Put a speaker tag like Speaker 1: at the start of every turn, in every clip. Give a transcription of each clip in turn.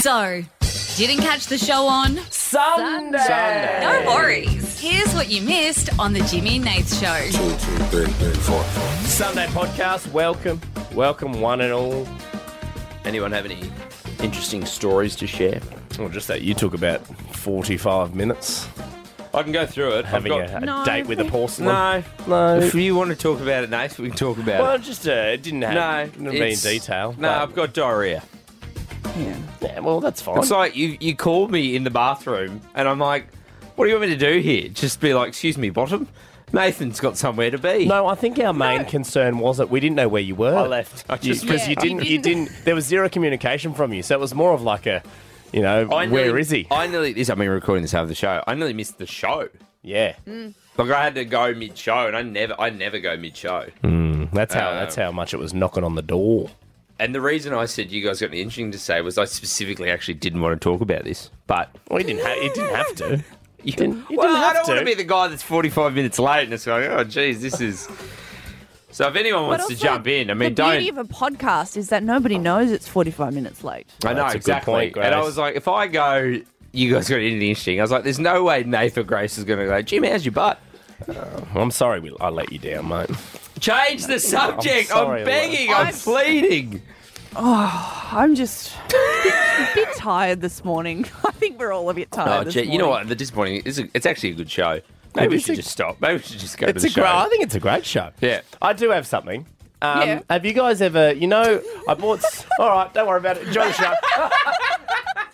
Speaker 1: So, didn't catch the show on?
Speaker 2: Sunday.
Speaker 3: Sunday.
Speaker 1: No worries. Here's what you missed on the Jimmy and Nath show.
Speaker 4: Two, two, three, three, four.
Speaker 3: Sunday podcast. Welcome, welcome, one and all. Anyone have any interesting stories to share?
Speaker 5: Well, just that you took about 45 minutes
Speaker 3: I can go through it.
Speaker 5: having
Speaker 3: I've
Speaker 5: a, a
Speaker 3: got,
Speaker 1: No,
Speaker 5: date with a porcelain.
Speaker 3: no,
Speaker 5: no.
Speaker 3: If you want to talk about it, Nath, we can talk about
Speaker 5: Well,
Speaker 3: it.
Speaker 5: just uh, it didn't have
Speaker 3: No,
Speaker 5: it didn't be in
Speaker 3: it's-
Speaker 5: detail.
Speaker 3: No, I've got diarrhea.
Speaker 5: but- yeah, well, that's fine.
Speaker 3: It's like you, you called me in the bathroom, and I'm like, what do you want me to do here? Just be like, excuse me, bottom? Nathan's got somewhere to be.
Speaker 5: no, I think our main concern was that we didn't know where you were.
Speaker 3: I left. I
Speaker 5: because
Speaker 3: just
Speaker 5: you,
Speaker 3: went-
Speaker 5: 'cause you didn't, you didn't. There was zero communication from you, so it was more of like a, you know,
Speaker 3: I
Speaker 5: where is
Speaker 3: nearly-
Speaker 5: he?
Speaker 3: I nearly, this, I mean, recording this out of the show. I nearly missed the show.
Speaker 5: yeah,
Speaker 3: Like I had to go mid show, and I never, I never go mid show.
Speaker 5: that's how. that's
Speaker 3: Um.
Speaker 5: how much it was knocking on the door.
Speaker 3: And the reason I said you guys got anything interesting to say was I specifically actually didn't want to talk about this, but
Speaker 5: Well, you didn't. Ha- you didn't have to. You didn't. You
Speaker 3: well,
Speaker 5: didn't have
Speaker 3: I don't
Speaker 5: to.
Speaker 3: want to be the guy that's forty-five minutes late and it's going, oh, geez, this is. So if anyone wants to
Speaker 6: also,
Speaker 3: jump in, I mean,
Speaker 6: the
Speaker 3: don't.
Speaker 6: beauty of a podcast is that nobody knows it's 45 minutes late.
Speaker 3: I know
Speaker 5: That's a good
Speaker 3: exactly.
Speaker 5: point,
Speaker 3: and I
Speaker 5: Grace.
Speaker 3: was like, if I go, you guys got anything interesting? I was like, there's no way Nathan Grace is going to go. Jim, how's your butt?
Speaker 5: I'm sorry, we, I let you down, mate.
Speaker 3: Change the subject. I'm,
Speaker 5: sorry,
Speaker 3: begging. I'm,
Speaker 6: I'm-
Speaker 3: pleading.
Speaker 6: I'm just a bit, bit tired this morning. I think we're all a bit tired.
Speaker 3: Oh,
Speaker 6: this
Speaker 3: gee, you know
Speaker 6: morning.
Speaker 3: what? The disappointing is it's actually a good show. Maybe we
Speaker 5: it's
Speaker 3: should
Speaker 5: a-
Speaker 3: just stop. Maybe we should just go to
Speaker 5: It's
Speaker 3: the
Speaker 5: a
Speaker 3: show.
Speaker 5: great. I think it's a great show.
Speaker 3: Yeah.
Speaker 5: I do have something. Um,
Speaker 6: Yeah.
Speaker 5: Have you guys ever? You know, I bought. s- all right, don't worry about it. Enjoy the show.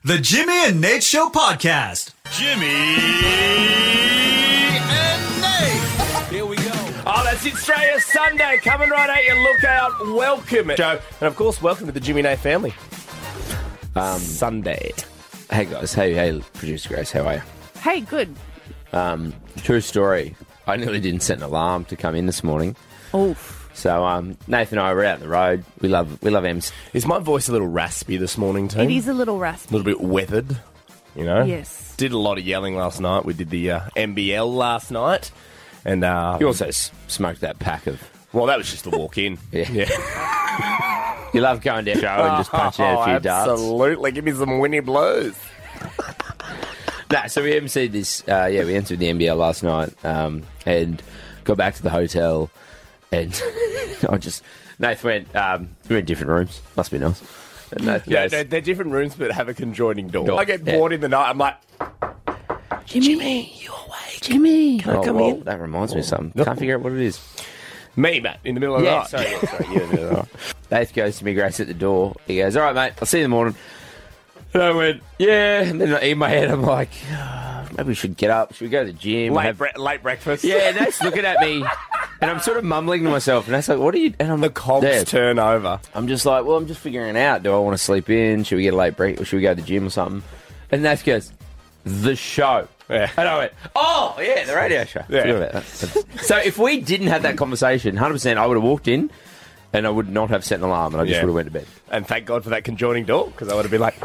Speaker 7: The Jimmy and Nate Show podcast.
Speaker 5: oh, that's it, Australia Sunday coming right at you. Look out! Welcome, Joe, and of course, welcome to the Jimmy Nay family. Um, Sunday.
Speaker 3: Hey guys, hey, hey, producer Grace, how are you?
Speaker 6: Hey, good.
Speaker 3: True story. I nearly didn't set an alarm to come in this morning.
Speaker 6: Oof.
Speaker 3: So um, Nathan and I were out on the road. We love we love M's.
Speaker 5: Is my voice a little raspy this morning too?
Speaker 6: It is a little raspy.
Speaker 5: A little bit weathered. You know.
Speaker 6: Yes.
Speaker 5: Did a lot of yelling last night. We did the uh, MBL last night, and uh,
Speaker 3: You also s- smoked that pack of.
Speaker 5: well, that was just a walk in.
Speaker 3: Yeah. You love going down Oh, Joe and just punching out a few darts.
Speaker 5: Oh, Absolutely. Give me some Winnie Blues.
Speaker 3: Nah, so we emceed this. Uh, yeah, we entered the NBL last night um, and got back to the hotel, and I just Nathan went. Um, we were in different rooms. Must be nice. And Nathan
Speaker 5: Yeah,
Speaker 3: goes,
Speaker 5: no, they're different rooms but have a conjoining door.
Speaker 3: Door,
Speaker 5: I get
Speaker 3: yeah.
Speaker 5: bored in the night. I'm like,
Speaker 3: oh, well, That reminds me of something. Can't figure out what it is.
Speaker 5: me, Matt, in the middle of
Speaker 3: Yeah,
Speaker 5: the night.
Speaker 3: sorry, yeah, sorry, yeah, yeah, yeah. Nath goes to me, Grace at the door. He goes, "All right, mate, I'll see you in the morning." And I went, "Yeah." And then in my head, I'm like, "Ah, "Maybe we should get up. Should we go to the gym?
Speaker 5: late,
Speaker 3: Have-
Speaker 5: bre- late breakfast.
Speaker 3: yeah." And Nath's looking at me, and I'm sort of mumbling to myself. And Nath's like, "What are you?" And I'm
Speaker 5: The cogs
Speaker 3: Yeah.
Speaker 5: turn over.
Speaker 3: I'm just like, "Well, I'm just figuring out. Do I want to sleep in? Should we get a late break? Or should we go to the gym or something?" And Nath goes, "The show."
Speaker 5: Yeah.
Speaker 3: And I went, "Oh yeah, the radio show."
Speaker 5: Yeah.
Speaker 3: Forgot about that. so if we didn't have that conversation, 100, percent I would have walked in. And I would not have set an alarm, and I just
Speaker 5: Yeah.
Speaker 3: would have went to bed.
Speaker 5: And thank God for that conjoining door because I would have been like,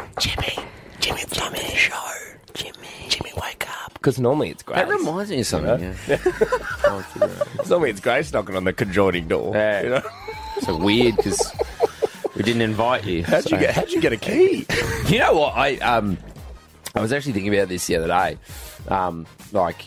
Speaker 5: Jimmy, Jimmy, it's Jimmy show. Jimmy, Jimmy, wake up. Because normally it's Grace.
Speaker 3: That reminds me of something. Yeah.
Speaker 5: normally it's Grace knocking on the conjoining door.
Speaker 3: Yeah.
Speaker 5: you know?
Speaker 3: So weird because we didn't invite you.
Speaker 5: how'd,
Speaker 3: so-
Speaker 5: you get, how'd you get a key?
Speaker 3: You know what? I um, I was actually thinking about this the other day, um, like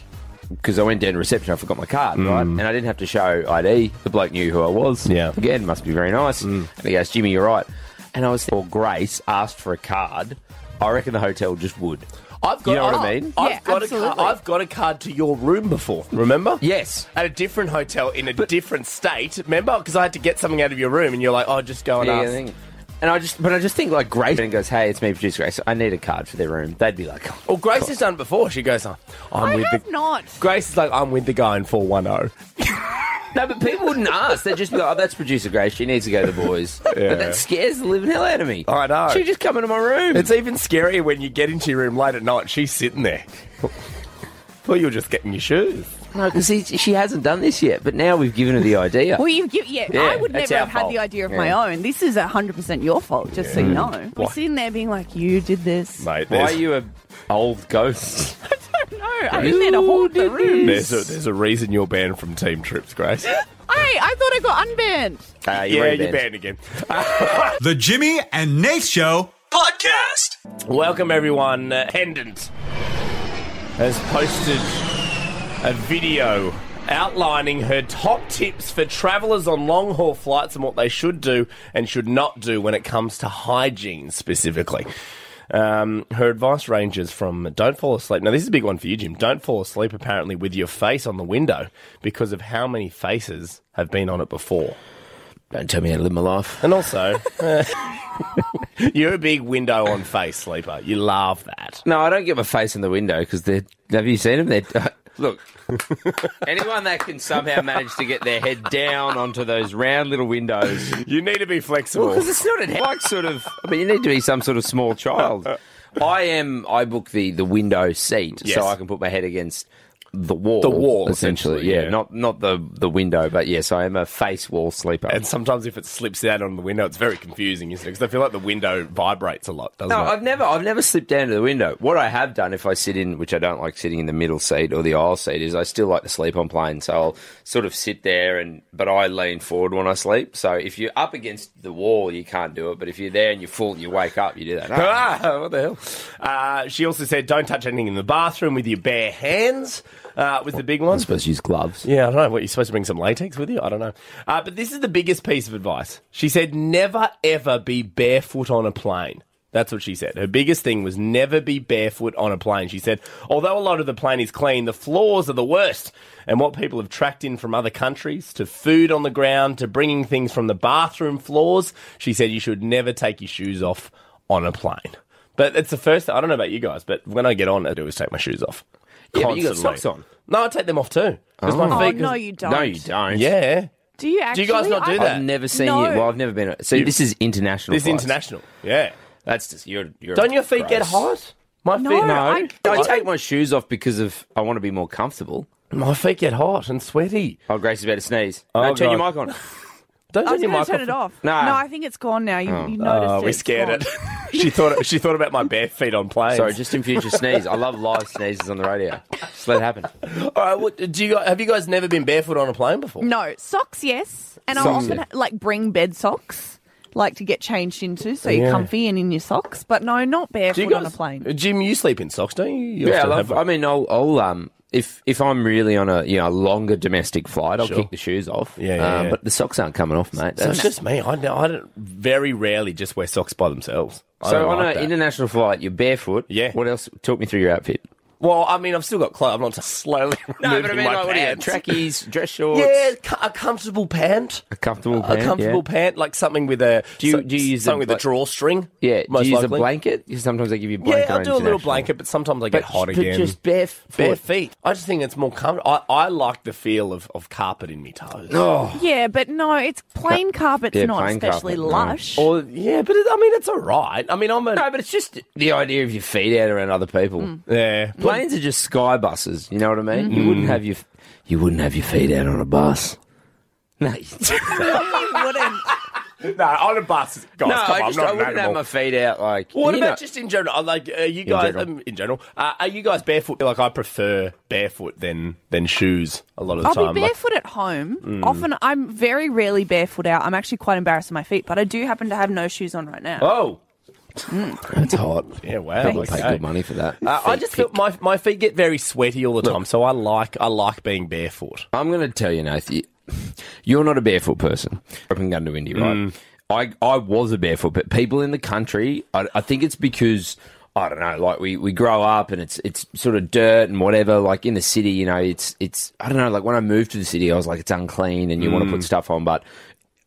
Speaker 3: because I went down to reception, I forgot my card, right, and I didn't have to show ID. The bloke knew who I was.
Speaker 5: Yeah.
Speaker 3: again, must be very nice. And he goes, "Jimmy, you're right." And I was, or Grace asked for a card. I reckon the hotel just would.
Speaker 5: I've got,
Speaker 3: You know what I
Speaker 5: I've-
Speaker 3: mean?
Speaker 5: I've
Speaker 6: Yeah,
Speaker 5: got a
Speaker 6: absolutely.
Speaker 5: card. I've got a card to your room before. Remember?
Speaker 3: Yes.
Speaker 5: At a different hotel in a different state. Remember? Because I had to get something out of your room, and you're like, "Oh, just go and
Speaker 3: Yeah, I
Speaker 5: ask."
Speaker 3: think- And I just, but I just think like Grace and goes, "Hey, it's me, producer Grace. I need a card for their room." They'd be like, "Oh,
Speaker 5: Well, Grace has done it before. She goes, oh, "I'm
Speaker 6: I
Speaker 5: with
Speaker 6: have
Speaker 5: the."
Speaker 6: not.
Speaker 5: Grace is like, "I'm with the guy in four one oh." zero."
Speaker 3: No, but people wouldn't ask. They'd just be like, oh, that's producer Grace. She needs to go to the boys.
Speaker 5: Yeah.
Speaker 3: But that scares the living hell out of me.
Speaker 5: I know.
Speaker 3: She just come into my room.
Speaker 5: It's even scarier when you get into your room late at night. and She's sitting there. Well, you're just getting your shoes.
Speaker 3: no, because she hasn't done this yet. But now we've given her the idea.
Speaker 6: Well, you've, you, yeah,
Speaker 3: Yeah,
Speaker 6: I would
Speaker 3: that's
Speaker 6: never
Speaker 3: our
Speaker 6: have had
Speaker 3: fault.
Speaker 6: the idea of
Speaker 3: Yeah. Mm.
Speaker 6: my own. This is 100% your fault, just so you know. We're sitting there being like, you did this.
Speaker 5: Mate,
Speaker 3: Why are
Speaker 5: there's,
Speaker 3: you a old ghost?
Speaker 6: No, I'm in there to haunt the room.
Speaker 5: there's, a, there's a reason you're banned from team trips, Grace.
Speaker 6: Hey, I thought I got unbanned.
Speaker 3: Uh,
Speaker 5: yeah,
Speaker 3: you're
Speaker 5: you're
Speaker 3: rebanned.
Speaker 5: banned again.
Speaker 7: The Jimmy and Nate Show podcast. Podcast.
Speaker 5: Welcome, everyone. Uh, Pendant has posted a video outlining her top tips for travellers on long haul flights and what they should do and should not do when it comes to hygiene specifically. Um, her advice ranges from don't fall asleep. Now, this is a big one for you, Jim. Don't fall asleep apparently with your face on the window because of how many faces have been on it before.
Speaker 3: Don't tell me how to live my life.
Speaker 5: And also, uh, you're a big window on face sleeper. You love that.
Speaker 3: No, I don't get my face in the window because they're. Have you seen them? They're. Look, anyone that can somehow manage to get their head down onto those round little windows,
Speaker 5: You need to be flexible.
Speaker 3: because it's not an like sort of. I mean, you need to be some sort of small child. I am. I book the the window seat
Speaker 5: Yes.
Speaker 3: so I can put my head against the wall.
Speaker 5: The wall, essentially,
Speaker 3: essentially. Yeah,
Speaker 5: yeah.
Speaker 3: not not the the window, but yes, I am a face wall sleeper.
Speaker 5: And sometimes if it slips out on the window, it's very confusing, isn't it? Because I feel like the window vibrates a lot, doesn't
Speaker 3: No,
Speaker 5: it?
Speaker 3: I've never, I've never slipped down to the window. What I have done, if I sit in, which I don't like sitting in the middle seat or the aisle seat, is I still like to sleep on planes. So I'll sort of sit there and, but I lean forward when I sleep. So if you're up against the wall, you can't do it. But if you're there and you fall, and you wake up, you do that. No.
Speaker 5: Ah, what the hell? Uh, she also said, don't touch anything in the bathroom with your bare hands, uh, was the big one.
Speaker 3: supposed to use gloves.
Speaker 5: Yeah, I don't know. What, you're supposed to bring some latex with you? I don't know. Uh, but this is the biggest piece of advice. She said, never, ever be barefoot on a plane. That's what she said. Her biggest thing was never be barefoot on a plane. She said, although a lot of the plane is clean, the floors are the worst. And what people have tracked in from other countries to food on the ground to bringing things from the bathroom floors, she said you should never take your shoes off on a plane. But it's the first, I don't know about you guys, but when I get on, I do is take my shoes off.
Speaker 3: Yeah, but you got
Speaker 5: Constantly.
Speaker 3: socks on.
Speaker 5: No, I take them off too. 'Cause my
Speaker 6: Oh,
Speaker 5: feet-
Speaker 6: no, you don't.
Speaker 3: No, you don't.
Speaker 5: yeah.
Speaker 6: Do you actually?
Speaker 5: you guys not do
Speaker 6: I-
Speaker 5: that?
Speaker 3: I've never seen
Speaker 6: No.
Speaker 3: you. Well, I've never been. So this is international.
Speaker 5: This is
Speaker 3: flights.
Speaker 5: international. Yeah.
Speaker 3: That's just you're. you're
Speaker 5: Don't your feet get
Speaker 3: gross.
Speaker 5: hot? My
Speaker 6: No,
Speaker 5: feet
Speaker 6: I-
Speaker 3: I take my shoes off because of I want to be more comfortable.
Speaker 5: my feet get hot and sweaty.
Speaker 3: Oh, Grace is about to sneeze.
Speaker 5: Oh,
Speaker 3: no, turn your
Speaker 5: God.
Speaker 3: mic on.
Speaker 5: Don't
Speaker 6: I was
Speaker 5: turn your
Speaker 6: going
Speaker 5: mic
Speaker 6: to turn it off.
Speaker 3: Nah.
Speaker 6: No, I think it's gone now. You, you noticed
Speaker 5: Oh,
Speaker 6: it.
Speaker 5: we
Speaker 6: It's
Speaker 5: scared it.
Speaker 6: gone.
Speaker 5: she thought she thought about my bare feet on planes.
Speaker 3: Sorry, just in future sneeze. I love live sneezes on the radio. Just let it happen.
Speaker 5: all right. What, do you guys, have you guys never been barefoot on a plane before?
Speaker 6: No socks, yes, and I'll
Speaker 3: Socks,
Speaker 6: often
Speaker 3: yeah.
Speaker 6: like bring bed socks, like to get changed into, so you're
Speaker 5: Yeah.
Speaker 6: comfy and in your socks. But no, not
Speaker 5: Do you
Speaker 6: barefoot
Speaker 5: guys,
Speaker 6: on a plane.
Speaker 5: Jim, you sleep in socks, don't you? You
Speaker 3: Yeah, I
Speaker 5: often
Speaker 3: love.
Speaker 5: have-
Speaker 3: I mean, I'll, I'll um, if if I'm really on a you know a longer domestic flight, I'll
Speaker 5: Sure.
Speaker 3: kick the shoes off.
Speaker 5: Yeah, yeah,
Speaker 3: um,
Speaker 5: yeah.
Speaker 3: but the socks aren't coming off, mate.
Speaker 5: So
Speaker 3: That's-
Speaker 5: it's just me. I, don't- I don't, very rarely just wear socks by themselves. I
Speaker 3: so
Speaker 5: don't
Speaker 3: on
Speaker 5: like
Speaker 3: an
Speaker 5: that.
Speaker 3: international flight, you're barefoot.
Speaker 5: Yeah.
Speaker 3: What else? Talk me through your outfit.
Speaker 5: well, I mean, I've still got clothes. I'm not slowly removing my pants.
Speaker 3: Trackies, dress shorts.
Speaker 5: yeah, co- a comfortable pant.
Speaker 3: A comfortable
Speaker 5: a
Speaker 3: pant.
Speaker 5: comfortable pant, like something with a
Speaker 3: Do you- do you use
Speaker 5: something
Speaker 3: a
Speaker 5: with a
Speaker 3: bla-
Speaker 5: drawstring?
Speaker 3: Yeah. Yeah.
Speaker 5: most
Speaker 3: do you use
Speaker 5: likely.
Speaker 3: a blanket? 'Cause sometimes they give you a blanket.
Speaker 5: Yeah, I'll
Speaker 3: on
Speaker 5: do a little
Speaker 3: international.
Speaker 5: blanket, but sometimes I get
Speaker 3: But,
Speaker 5: hot
Speaker 3: but
Speaker 5: again.
Speaker 3: just barefoot.
Speaker 5: bare feet. I just think it's more comfortable. I, I like the feel of, of carpet in my toes.
Speaker 3: Oh.
Speaker 6: Yeah, but no, it's plain carpet's
Speaker 3: Yeah,
Speaker 6: not
Speaker 3: plain
Speaker 6: especially
Speaker 3: carpet, no.
Speaker 6: lush.
Speaker 5: Or yeah, but it, I mean it's all right. I mean I'm a
Speaker 3: No, but it's just the idea of your feet out around other people.
Speaker 5: yeah.
Speaker 3: Planes are just sky buses. You know what I mean? You wouldn't have your you wouldn't have your feet out on a bus. No, you-
Speaker 6: You wouldn't.
Speaker 5: No, on a bus, guys.
Speaker 3: no,
Speaker 5: come on,
Speaker 3: I,
Speaker 5: I'm
Speaker 3: just,
Speaker 5: not
Speaker 3: I
Speaker 5: an
Speaker 3: wouldn't have
Speaker 5: animal.
Speaker 3: my feet out like.
Speaker 5: What
Speaker 3: you
Speaker 5: about
Speaker 3: know-
Speaker 5: just in general? I Like, uh, you guys
Speaker 3: general.
Speaker 5: um, in general, uh, are you guys barefoot? Like, I prefer barefoot than than shoes a lot of the
Speaker 6: I'll
Speaker 5: time.
Speaker 6: be
Speaker 5: Like,
Speaker 6: barefoot at home. Often, I'm very rarely barefoot out. I'm actually quite embarrassed of my feet, but I do happen to have no shoes on right now.
Speaker 5: oh,
Speaker 3: That's hot.
Speaker 5: yeah, wow.
Speaker 3: People pay
Speaker 5: okay.
Speaker 3: good money for that.
Speaker 5: Uh, I
Speaker 3: Feet
Speaker 5: just
Speaker 3: pic.
Speaker 5: feel my my feet get very sweaty all the time, so I like I like being barefoot.
Speaker 3: I'm going to tell you, Nath. you- You're not a barefoot person. Open gun to Indy, right?
Speaker 5: Mm.
Speaker 3: I I was a barefoot, but people in the country, I, I think it's because. I don't know, like we, we grow up and it's it's sort of dirt and whatever. Like in the city, you know, it's it's I don't know. Like when I moved to the city, I was like, it's unclean and you want to
Speaker 5: Mm.
Speaker 3: put stuff on, but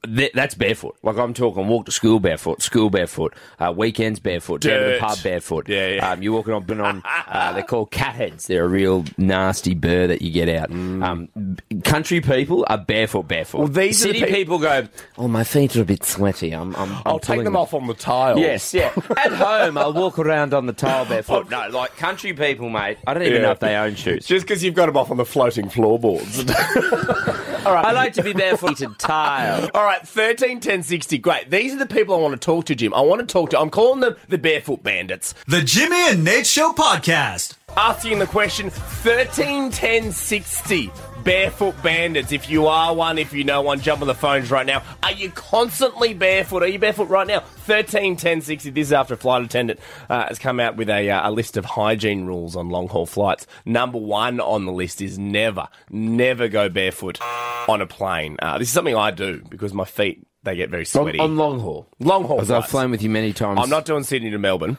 Speaker 3: th- that's barefoot. Like I'm talking, walk to school barefoot, school barefoot, uh, weekends barefoot, down to the
Speaker 5: Dirt.
Speaker 3: pub barefoot.
Speaker 5: Yeah, yeah.
Speaker 3: Um, you're walking on, been on. Uh, they're called cat heads. They're a real nasty burr that you get out. Um, b- country people are barefoot, barefoot.
Speaker 5: Well, these are the
Speaker 3: city
Speaker 5: peop-
Speaker 3: people go. Oh, my feet are a bit sweaty. I'm. I'm, I'm
Speaker 5: I'll take
Speaker 3: pulling
Speaker 5: them off on the tiles.
Speaker 3: Yes, yeah. At home, I'll walk around on the tile barefoot. Oh, No, like country people, mate. I don't even
Speaker 5: Yeah.
Speaker 3: know if they own shoes.
Speaker 5: just because you've got them off on the floating floorboards.
Speaker 3: I like to be barefoot to tile.
Speaker 5: All right, 13, 10, 60. Great. These are the people I want to talk to, Jim. I want to talk to. I'm calling them the Barefoot Bandits.
Speaker 7: The Jimmy and Nate Show Podcast.
Speaker 5: Asking the question 13, 10, 60. barefoot bandits. If you are one, if you know one, jump on the phones right now. Are you constantly barefoot? Are you barefoot right now? 13 10 60. This is after a flight attendant uh, has come out with a, uh, a list of hygiene rules on long haul flights. Number one on the list is never, never go barefoot on a plane. Uh, this is something I do because my feet. They get very
Speaker 3: on,
Speaker 5: sweaty.
Speaker 3: on long haul.
Speaker 5: Long haul.
Speaker 3: As I've
Speaker 5: flights.
Speaker 3: flown with you many times.
Speaker 5: I'm not doing Sydney to Melbourne.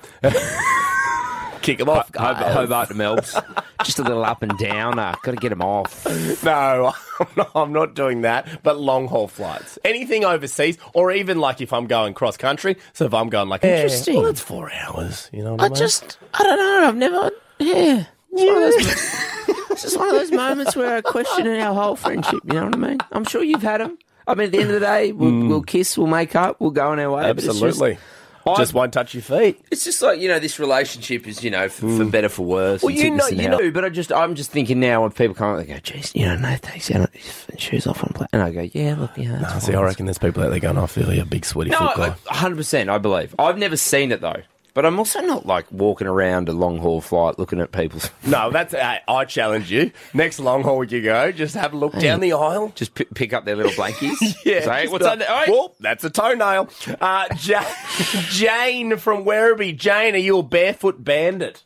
Speaker 5: Kick them off. Uh,
Speaker 3: Hob-
Speaker 5: guys.
Speaker 3: Hobart to Melbs. Just a little up and down. Uh, Got to get them off.
Speaker 5: No, I'm not- I'm not doing that. But long haul flights, anything overseas, or even like if I'm going cross country. So if I'm going like, eh,
Speaker 3: Interesting.
Speaker 5: well, that's four hours. You know, what I, mean?
Speaker 3: I don't know. I've never. Yeah. It's just one of those moments where I question our whole friendship. You know what I mean? I'm sure you've had them. I mean, at the end of the day, we'll, we'll kiss, we'll make up, we'll go on our way. but it's just-
Speaker 5: Mm. absolutely. Just,
Speaker 3: I've-
Speaker 5: won't touch your feet.
Speaker 3: It's just like you know, this relationship is you know for,
Speaker 5: Mm.
Speaker 3: for better for worse.
Speaker 5: Well,
Speaker 3: and
Speaker 5: you
Speaker 3: sickness
Speaker 5: know-
Speaker 3: and
Speaker 5: you
Speaker 3: health.
Speaker 5: know-
Speaker 3: but I just I'm just thinking now when people come up, they go, "Geez, you know, no thanks, you know, shoes off on play," and I go, "Yeah, look, yeah." That's
Speaker 5: See, I reckon there's people out there going, I feel you, big sweaty foot guy.
Speaker 3: no, hundred percent. I believe I've never seen it though, but I'm also not like walking around a long haul flight looking at people's.
Speaker 5: no, that's uh, I challenge you. Next long haul you go, just have a look down the aisle.
Speaker 3: Just pi pick up their little blankies.
Speaker 5: Yeah.
Speaker 3: Say,
Speaker 5: just
Speaker 3: what's
Speaker 5: be
Speaker 3: under?
Speaker 5: like,
Speaker 3: All right.
Speaker 5: Well, that's a toenail. Uh, Ja- Jane from Werribee. Jane, are you a barefoot bandit?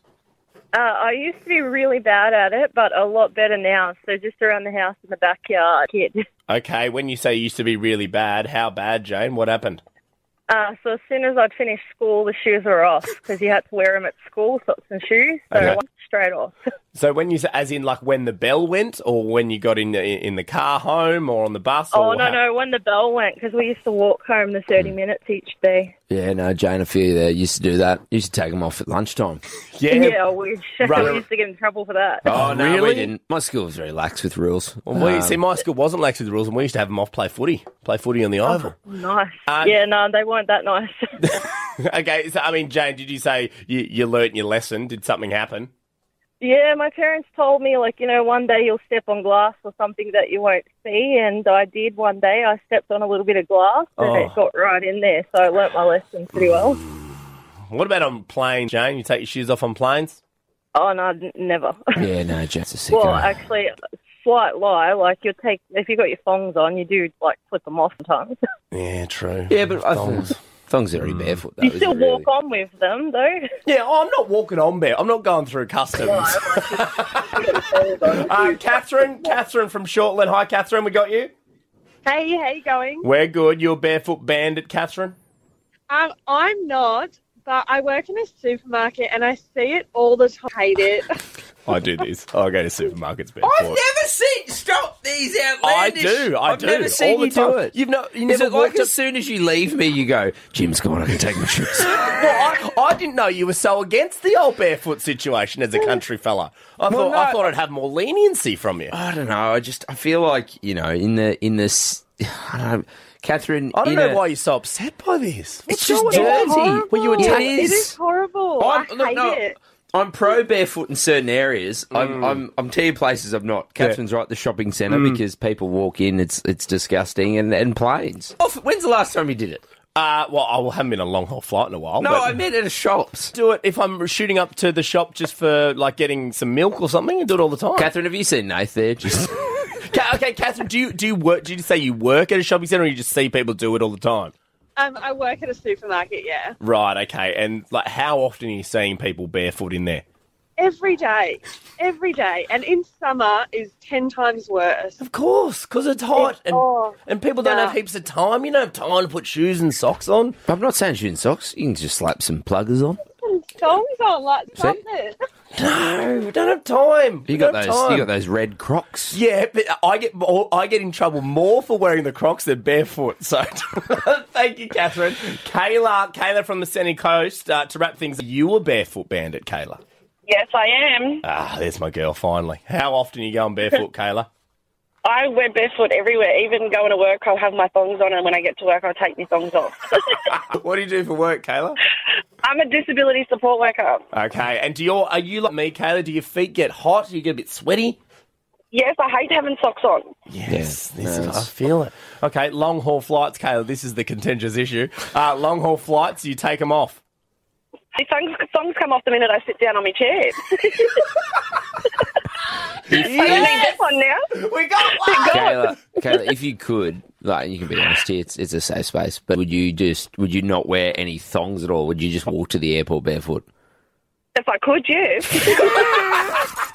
Speaker 2: Uh, I used to be really bad at it, but a lot better now. So just around the house in the backyard, kid.
Speaker 5: Okay, when you say you used to be really bad, how bad, Jane? What happened?
Speaker 2: Uh, so as soon as I'd finished school, the shoes were off because you had to wear them at school, socks and shoes. So
Speaker 5: Okay.
Speaker 2: one straight off.
Speaker 5: So when you say, as in like when the bell went, or when you got in the, in the car home, or on the bus?
Speaker 2: Oh
Speaker 5: or
Speaker 2: no,
Speaker 5: how-
Speaker 2: no, when the bell went because we used to walk home the thirty
Speaker 5: Mm.
Speaker 2: minutes each day.
Speaker 3: Yeah, no, Jane, a few there used to do that. Used to take them off at lunchtime.
Speaker 5: Yeah.
Speaker 2: Yeah, we,
Speaker 5: Right.
Speaker 2: we used to get in trouble for that.
Speaker 5: Oh,
Speaker 3: no,
Speaker 5: really?
Speaker 3: we didn't. My school was very lax with rules.
Speaker 5: Well, we,
Speaker 3: Um,
Speaker 5: see, my school wasn't lax with the rules, and we used to have them off play footy, play footy on the
Speaker 3: Oh.
Speaker 5: oval.
Speaker 2: Nice.
Speaker 5: Uh,
Speaker 2: yeah, no, they weren't that nice.
Speaker 5: okay, so I mean, Jane, did you say you, you learnt your lesson? Did something happen?
Speaker 2: yeah, my parents told me like you know one day you'll step on glass or something that you won't see, and I did one day. I stepped on a little bit of glass and
Speaker 5: Oh.
Speaker 2: it got right in there, so I learnt my lesson pretty well.
Speaker 5: What about on planes, Jane? You take your shoes off on planes?
Speaker 2: Oh no, n- never.
Speaker 3: Yeah, no, Jane's a sick
Speaker 2: Well,
Speaker 3: guy.
Speaker 2: actually, slight lie. Like you take if you got your thongs on, you do like flip them off sometimes.
Speaker 5: Yeah, true.
Speaker 3: yeah, but I Hmm.
Speaker 5: Thongs.
Speaker 3: thongs. Thongs are already barefoot. Though,
Speaker 2: you
Speaker 3: isn't
Speaker 2: still
Speaker 3: it, really?
Speaker 2: walk on with them though.
Speaker 5: Yeah, oh, I'm not walking on bare. I'm not going through customs. uh, Catherine, Catherine from Shortland. Hi, Catherine. We got you.
Speaker 4: Hey, how you going?
Speaker 5: We're good. You're a barefoot bandit, Catherine.
Speaker 4: Um, I'm not, but I work in a supermarket and I see it all the time. hate it.
Speaker 5: I do this. I go to supermarkets barefoot.
Speaker 3: I've never seen stop these
Speaker 5: I
Speaker 3: outlandish.
Speaker 5: do. I
Speaker 3: have
Speaker 5: do.
Speaker 3: never seen
Speaker 5: all the
Speaker 3: you
Speaker 5: time.
Speaker 3: do it.
Speaker 5: You've no, you
Speaker 3: Is
Speaker 5: never
Speaker 3: it like
Speaker 5: walked
Speaker 3: as soon as you leave me, you go, Jim's gone, I can take my shoes.
Speaker 5: up- Well, I, I didn't know you were so against the old barefoot situation as a country fella. I thought I
Speaker 3: no.
Speaker 5: thought I'd have more leniency from you.
Speaker 3: I don't know. I just, I feel like, you know, in the, in this, I don't know, Catherine.
Speaker 5: I don't
Speaker 3: in
Speaker 5: know
Speaker 3: a-
Speaker 5: why you're so upset by this. What's
Speaker 3: It's just
Speaker 5: going on?
Speaker 3: dirty. Well, you were
Speaker 4: It
Speaker 3: taking
Speaker 4: is, horrible. i
Speaker 3: I'm, look,
Speaker 4: hate
Speaker 3: no,
Speaker 4: it.
Speaker 3: I'm pro barefoot in certain areas. I'm, I'm, I'm to places I'm not. Catherine's right, the shopping centre, because people walk in, it's it's disgusting, and, and planes. Off- Oh, When's the last time you did it?
Speaker 5: Uh, well, I haven't been on a long haul flight in a while.
Speaker 3: No,
Speaker 5: but-
Speaker 3: I meant at a shops.
Speaker 5: do it if I'm shooting up to the shop just for like getting some milk or something. I do it all the time.
Speaker 3: Catherine, have you seen Nath there? Just
Speaker 5: Ca- okay, Catherine, do you do you work? Did you say you work at a shopping centre, or you just see people do it all the time?
Speaker 4: Um, I work at a supermarket. Yeah,
Speaker 5: Right. Okay. And like, how often are you seeing people barefoot in there?
Speaker 4: every day, every day, and in summer is ten times worse.
Speaker 5: Of course, because it's hot and
Speaker 4: oh,
Speaker 5: and people don't
Speaker 4: nah.
Speaker 5: have heaps of time. You don't have time to put shoes and socks on.
Speaker 3: I'm not saying shooting socks. You can just slap some pluggers on.
Speaker 4: Songs on like something.
Speaker 5: No, we don't have time.
Speaker 3: You
Speaker 5: we
Speaker 3: got
Speaker 5: don't have
Speaker 3: those.
Speaker 5: Time.
Speaker 3: You got those red Crocs.
Speaker 5: Yeah, but I get more, I get in trouble more for wearing the Crocs than barefoot. So thank you, Catherine. Kayla, Kayla from the Sunny Coast. Uh, to wrap things, you were barefoot bandit, Kayla.
Speaker 8: Yes, I am.
Speaker 5: Ah, there's my girl. Finally, how often are you going barefoot, Kayla?
Speaker 8: I wear barefoot everywhere. Even going to work, I'll have my thongs on, and when I get to work, I'll take my thongs off.
Speaker 5: What do you do for work, Kayla?
Speaker 8: I'm a disability support worker.
Speaker 5: Okay, and do your are you like me, Kayla? Do your feet get hot? Do you get a bit sweaty?
Speaker 8: Yes, I hate having socks on.
Speaker 5: Yes,
Speaker 3: Yeah,
Speaker 5: this
Speaker 3: no,
Speaker 5: is, I
Speaker 3: it's-
Speaker 5: feel it. Okay, long haul flights, Kayla. This is the contentious issue. Uh, long haul flights, you take them off.
Speaker 8: The thongs, thongs come off the minute I sit down on my chair. Yes. on now.
Speaker 5: We got one.
Speaker 3: Kayla, Kayla, if you could, like, you can be honest here, it's, it's a safe space, but would you just, would you not wear any thongs at all? Would you just walk to the airport barefoot?
Speaker 8: If I could, yes.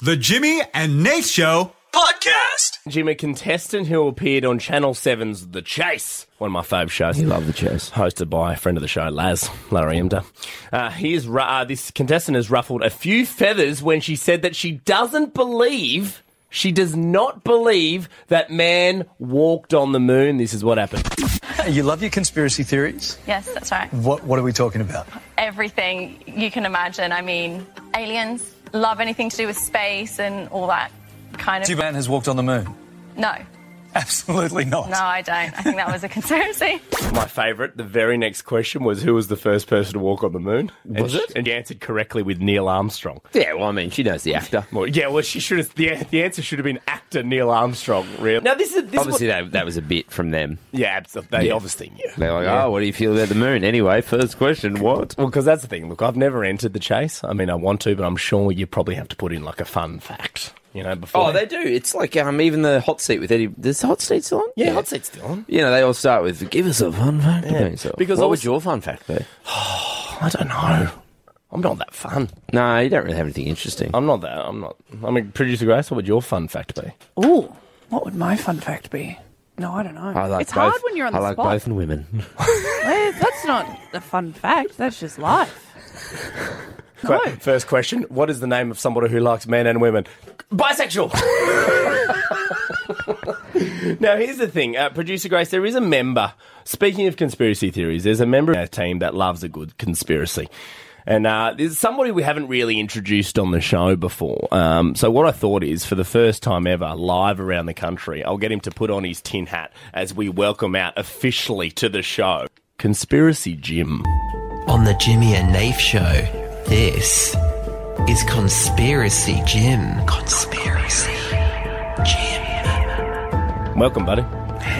Speaker 7: The Jimmy and Nate Show podcast.
Speaker 5: Jim, a contestant who appeared on Channel 7's The Chase, one of my fave shows.
Speaker 3: You love the chest.
Speaker 5: Hosted by a friend of the show, Laz, Larry Emder. Uh, he is, ru- uh, this contestant has ruffled a few feathers when she said that she doesn't believe, she does not believe that man walked on the moon. This is what happened.
Speaker 9: You love your conspiracy theories?
Speaker 10: Yes, that's right.
Speaker 9: What what are we talking about?
Speaker 10: Everything you can imagine. I mean, aliens love anything to do with space and all that kind of.
Speaker 9: T-Man has walked on the moon.
Speaker 10: No,
Speaker 9: Absolutely not.
Speaker 10: no, I don't. I think that was a conspiracy.
Speaker 5: My favourite, the very next question was who was the first person to walk on the moon?
Speaker 3: Was
Speaker 5: and
Speaker 3: it?
Speaker 5: She, and she answered correctly with Neil Armstrong.
Speaker 3: Yeah, well, I mean, she knows the actor.
Speaker 5: Well, yeah, well, she should have, the, the answer should have been actor Neil Armstrong, really. Now, this is, this is what-
Speaker 3: Obviously, that, that was a bit from them.
Speaker 5: Yeah, absolutely. They
Speaker 3: Yeah.
Speaker 5: obviously knew.
Speaker 3: They're like, oh, what do you feel about the moon? Anyway, first question, what?
Speaker 5: Well, because that's the thing. Look, I've never entered the chase. I mean, I want to, but I'm sure you probably have to put in like a fun fact, you know, before.
Speaker 3: Oh, they do. It's like um, even the hot seat with Eddie. Does the hot seat still on?
Speaker 5: Yeah, hot seat's still on.
Speaker 3: You know, they all start with "Give us a fun fact about yourself."
Speaker 5: because
Speaker 3: what
Speaker 5: I
Speaker 3: would
Speaker 5: was-
Speaker 3: your fun fact be?
Speaker 5: I don't know. I'm not that fun.
Speaker 3: No, you don't really have anything interesting.
Speaker 5: I'm not that. I'm not. I mean, producer Grace, what would your fun fact be?
Speaker 6: Ooh, what would my fun fact be? No, I don't know.
Speaker 3: I like
Speaker 6: it's
Speaker 3: both.
Speaker 6: hard when you're on
Speaker 3: I
Speaker 6: the
Speaker 3: like
Speaker 6: spot.
Speaker 3: both women.
Speaker 6: Eh, That's not a fun fact. That's just life.
Speaker 5: Que- First question: What is the name of somebody who likes men and women? Bisexual. now, here's the thing, uh, producer Grace. There is a member. Speaking of conspiracy theories, there's a member of our team that loves a good conspiracy. And uh, there's somebody we haven't really introduced on the show before. Um, so what I thought is, for the first time ever, live around the country, I'll get him to put on his tin hat as we welcome out officially to the show, Conspiracy Jim.
Speaker 11: On the Jimmy and Nafe show, this is Conspiracy Jim. Conspiracy Jim.
Speaker 5: Welcome, buddy.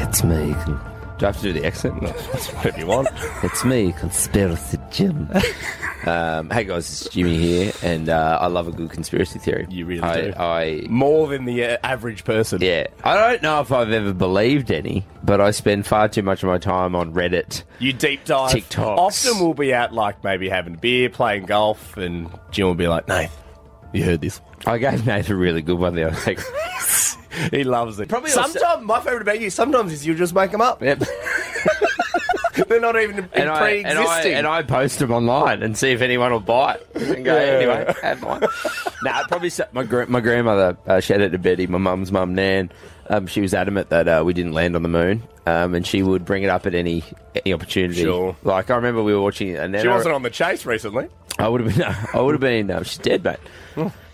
Speaker 3: it's me. Con- do I have to do the accent?
Speaker 5: That's whatever you want.
Speaker 3: It's me, Conspiracy Jim. um, hey guys, it's Jimmy here, and uh, I love a good conspiracy theory.
Speaker 5: You really
Speaker 3: I,
Speaker 5: do.
Speaker 3: I
Speaker 5: more than the uh, average person.
Speaker 3: Yeah, I don't know if I've ever believed any, but I spend far too much of my time on Reddit.
Speaker 5: You deep dive.
Speaker 3: TikToks.
Speaker 5: Often we'll be out like maybe having a beer, playing golf, and Jim will be like, Nath, you heard this.
Speaker 3: I gave Nate a really good one the other day.
Speaker 5: He loves it. Probably
Speaker 3: also-
Speaker 5: sometimes my favourite about you sometimes is you just make them up.
Speaker 3: Yep.
Speaker 5: They're not even
Speaker 3: And I,
Speaker 5: pre-existing.
Speaker 3: and, I, and I post them online and see if anyone will buy it. And go,
Speaker 5: Yeah.
Speaker 3: anyway, have one. nah, probably so- my, gra- my grandmother, uh, shout out to Betty, my mum's mum, Nan. Um, she was adamant that uh, we didn't land on the moon, um, and she would bring it up at any any opportunity.
Speaker 5: Sure.
Speaker 3: Like I remember we were watching, and then
Speaker 5: she
Speaker 3: I,
Speaker 5: wasn't on the chase recently.
Speaker 3: I would have been, I would have been, uh, she's dead, mate.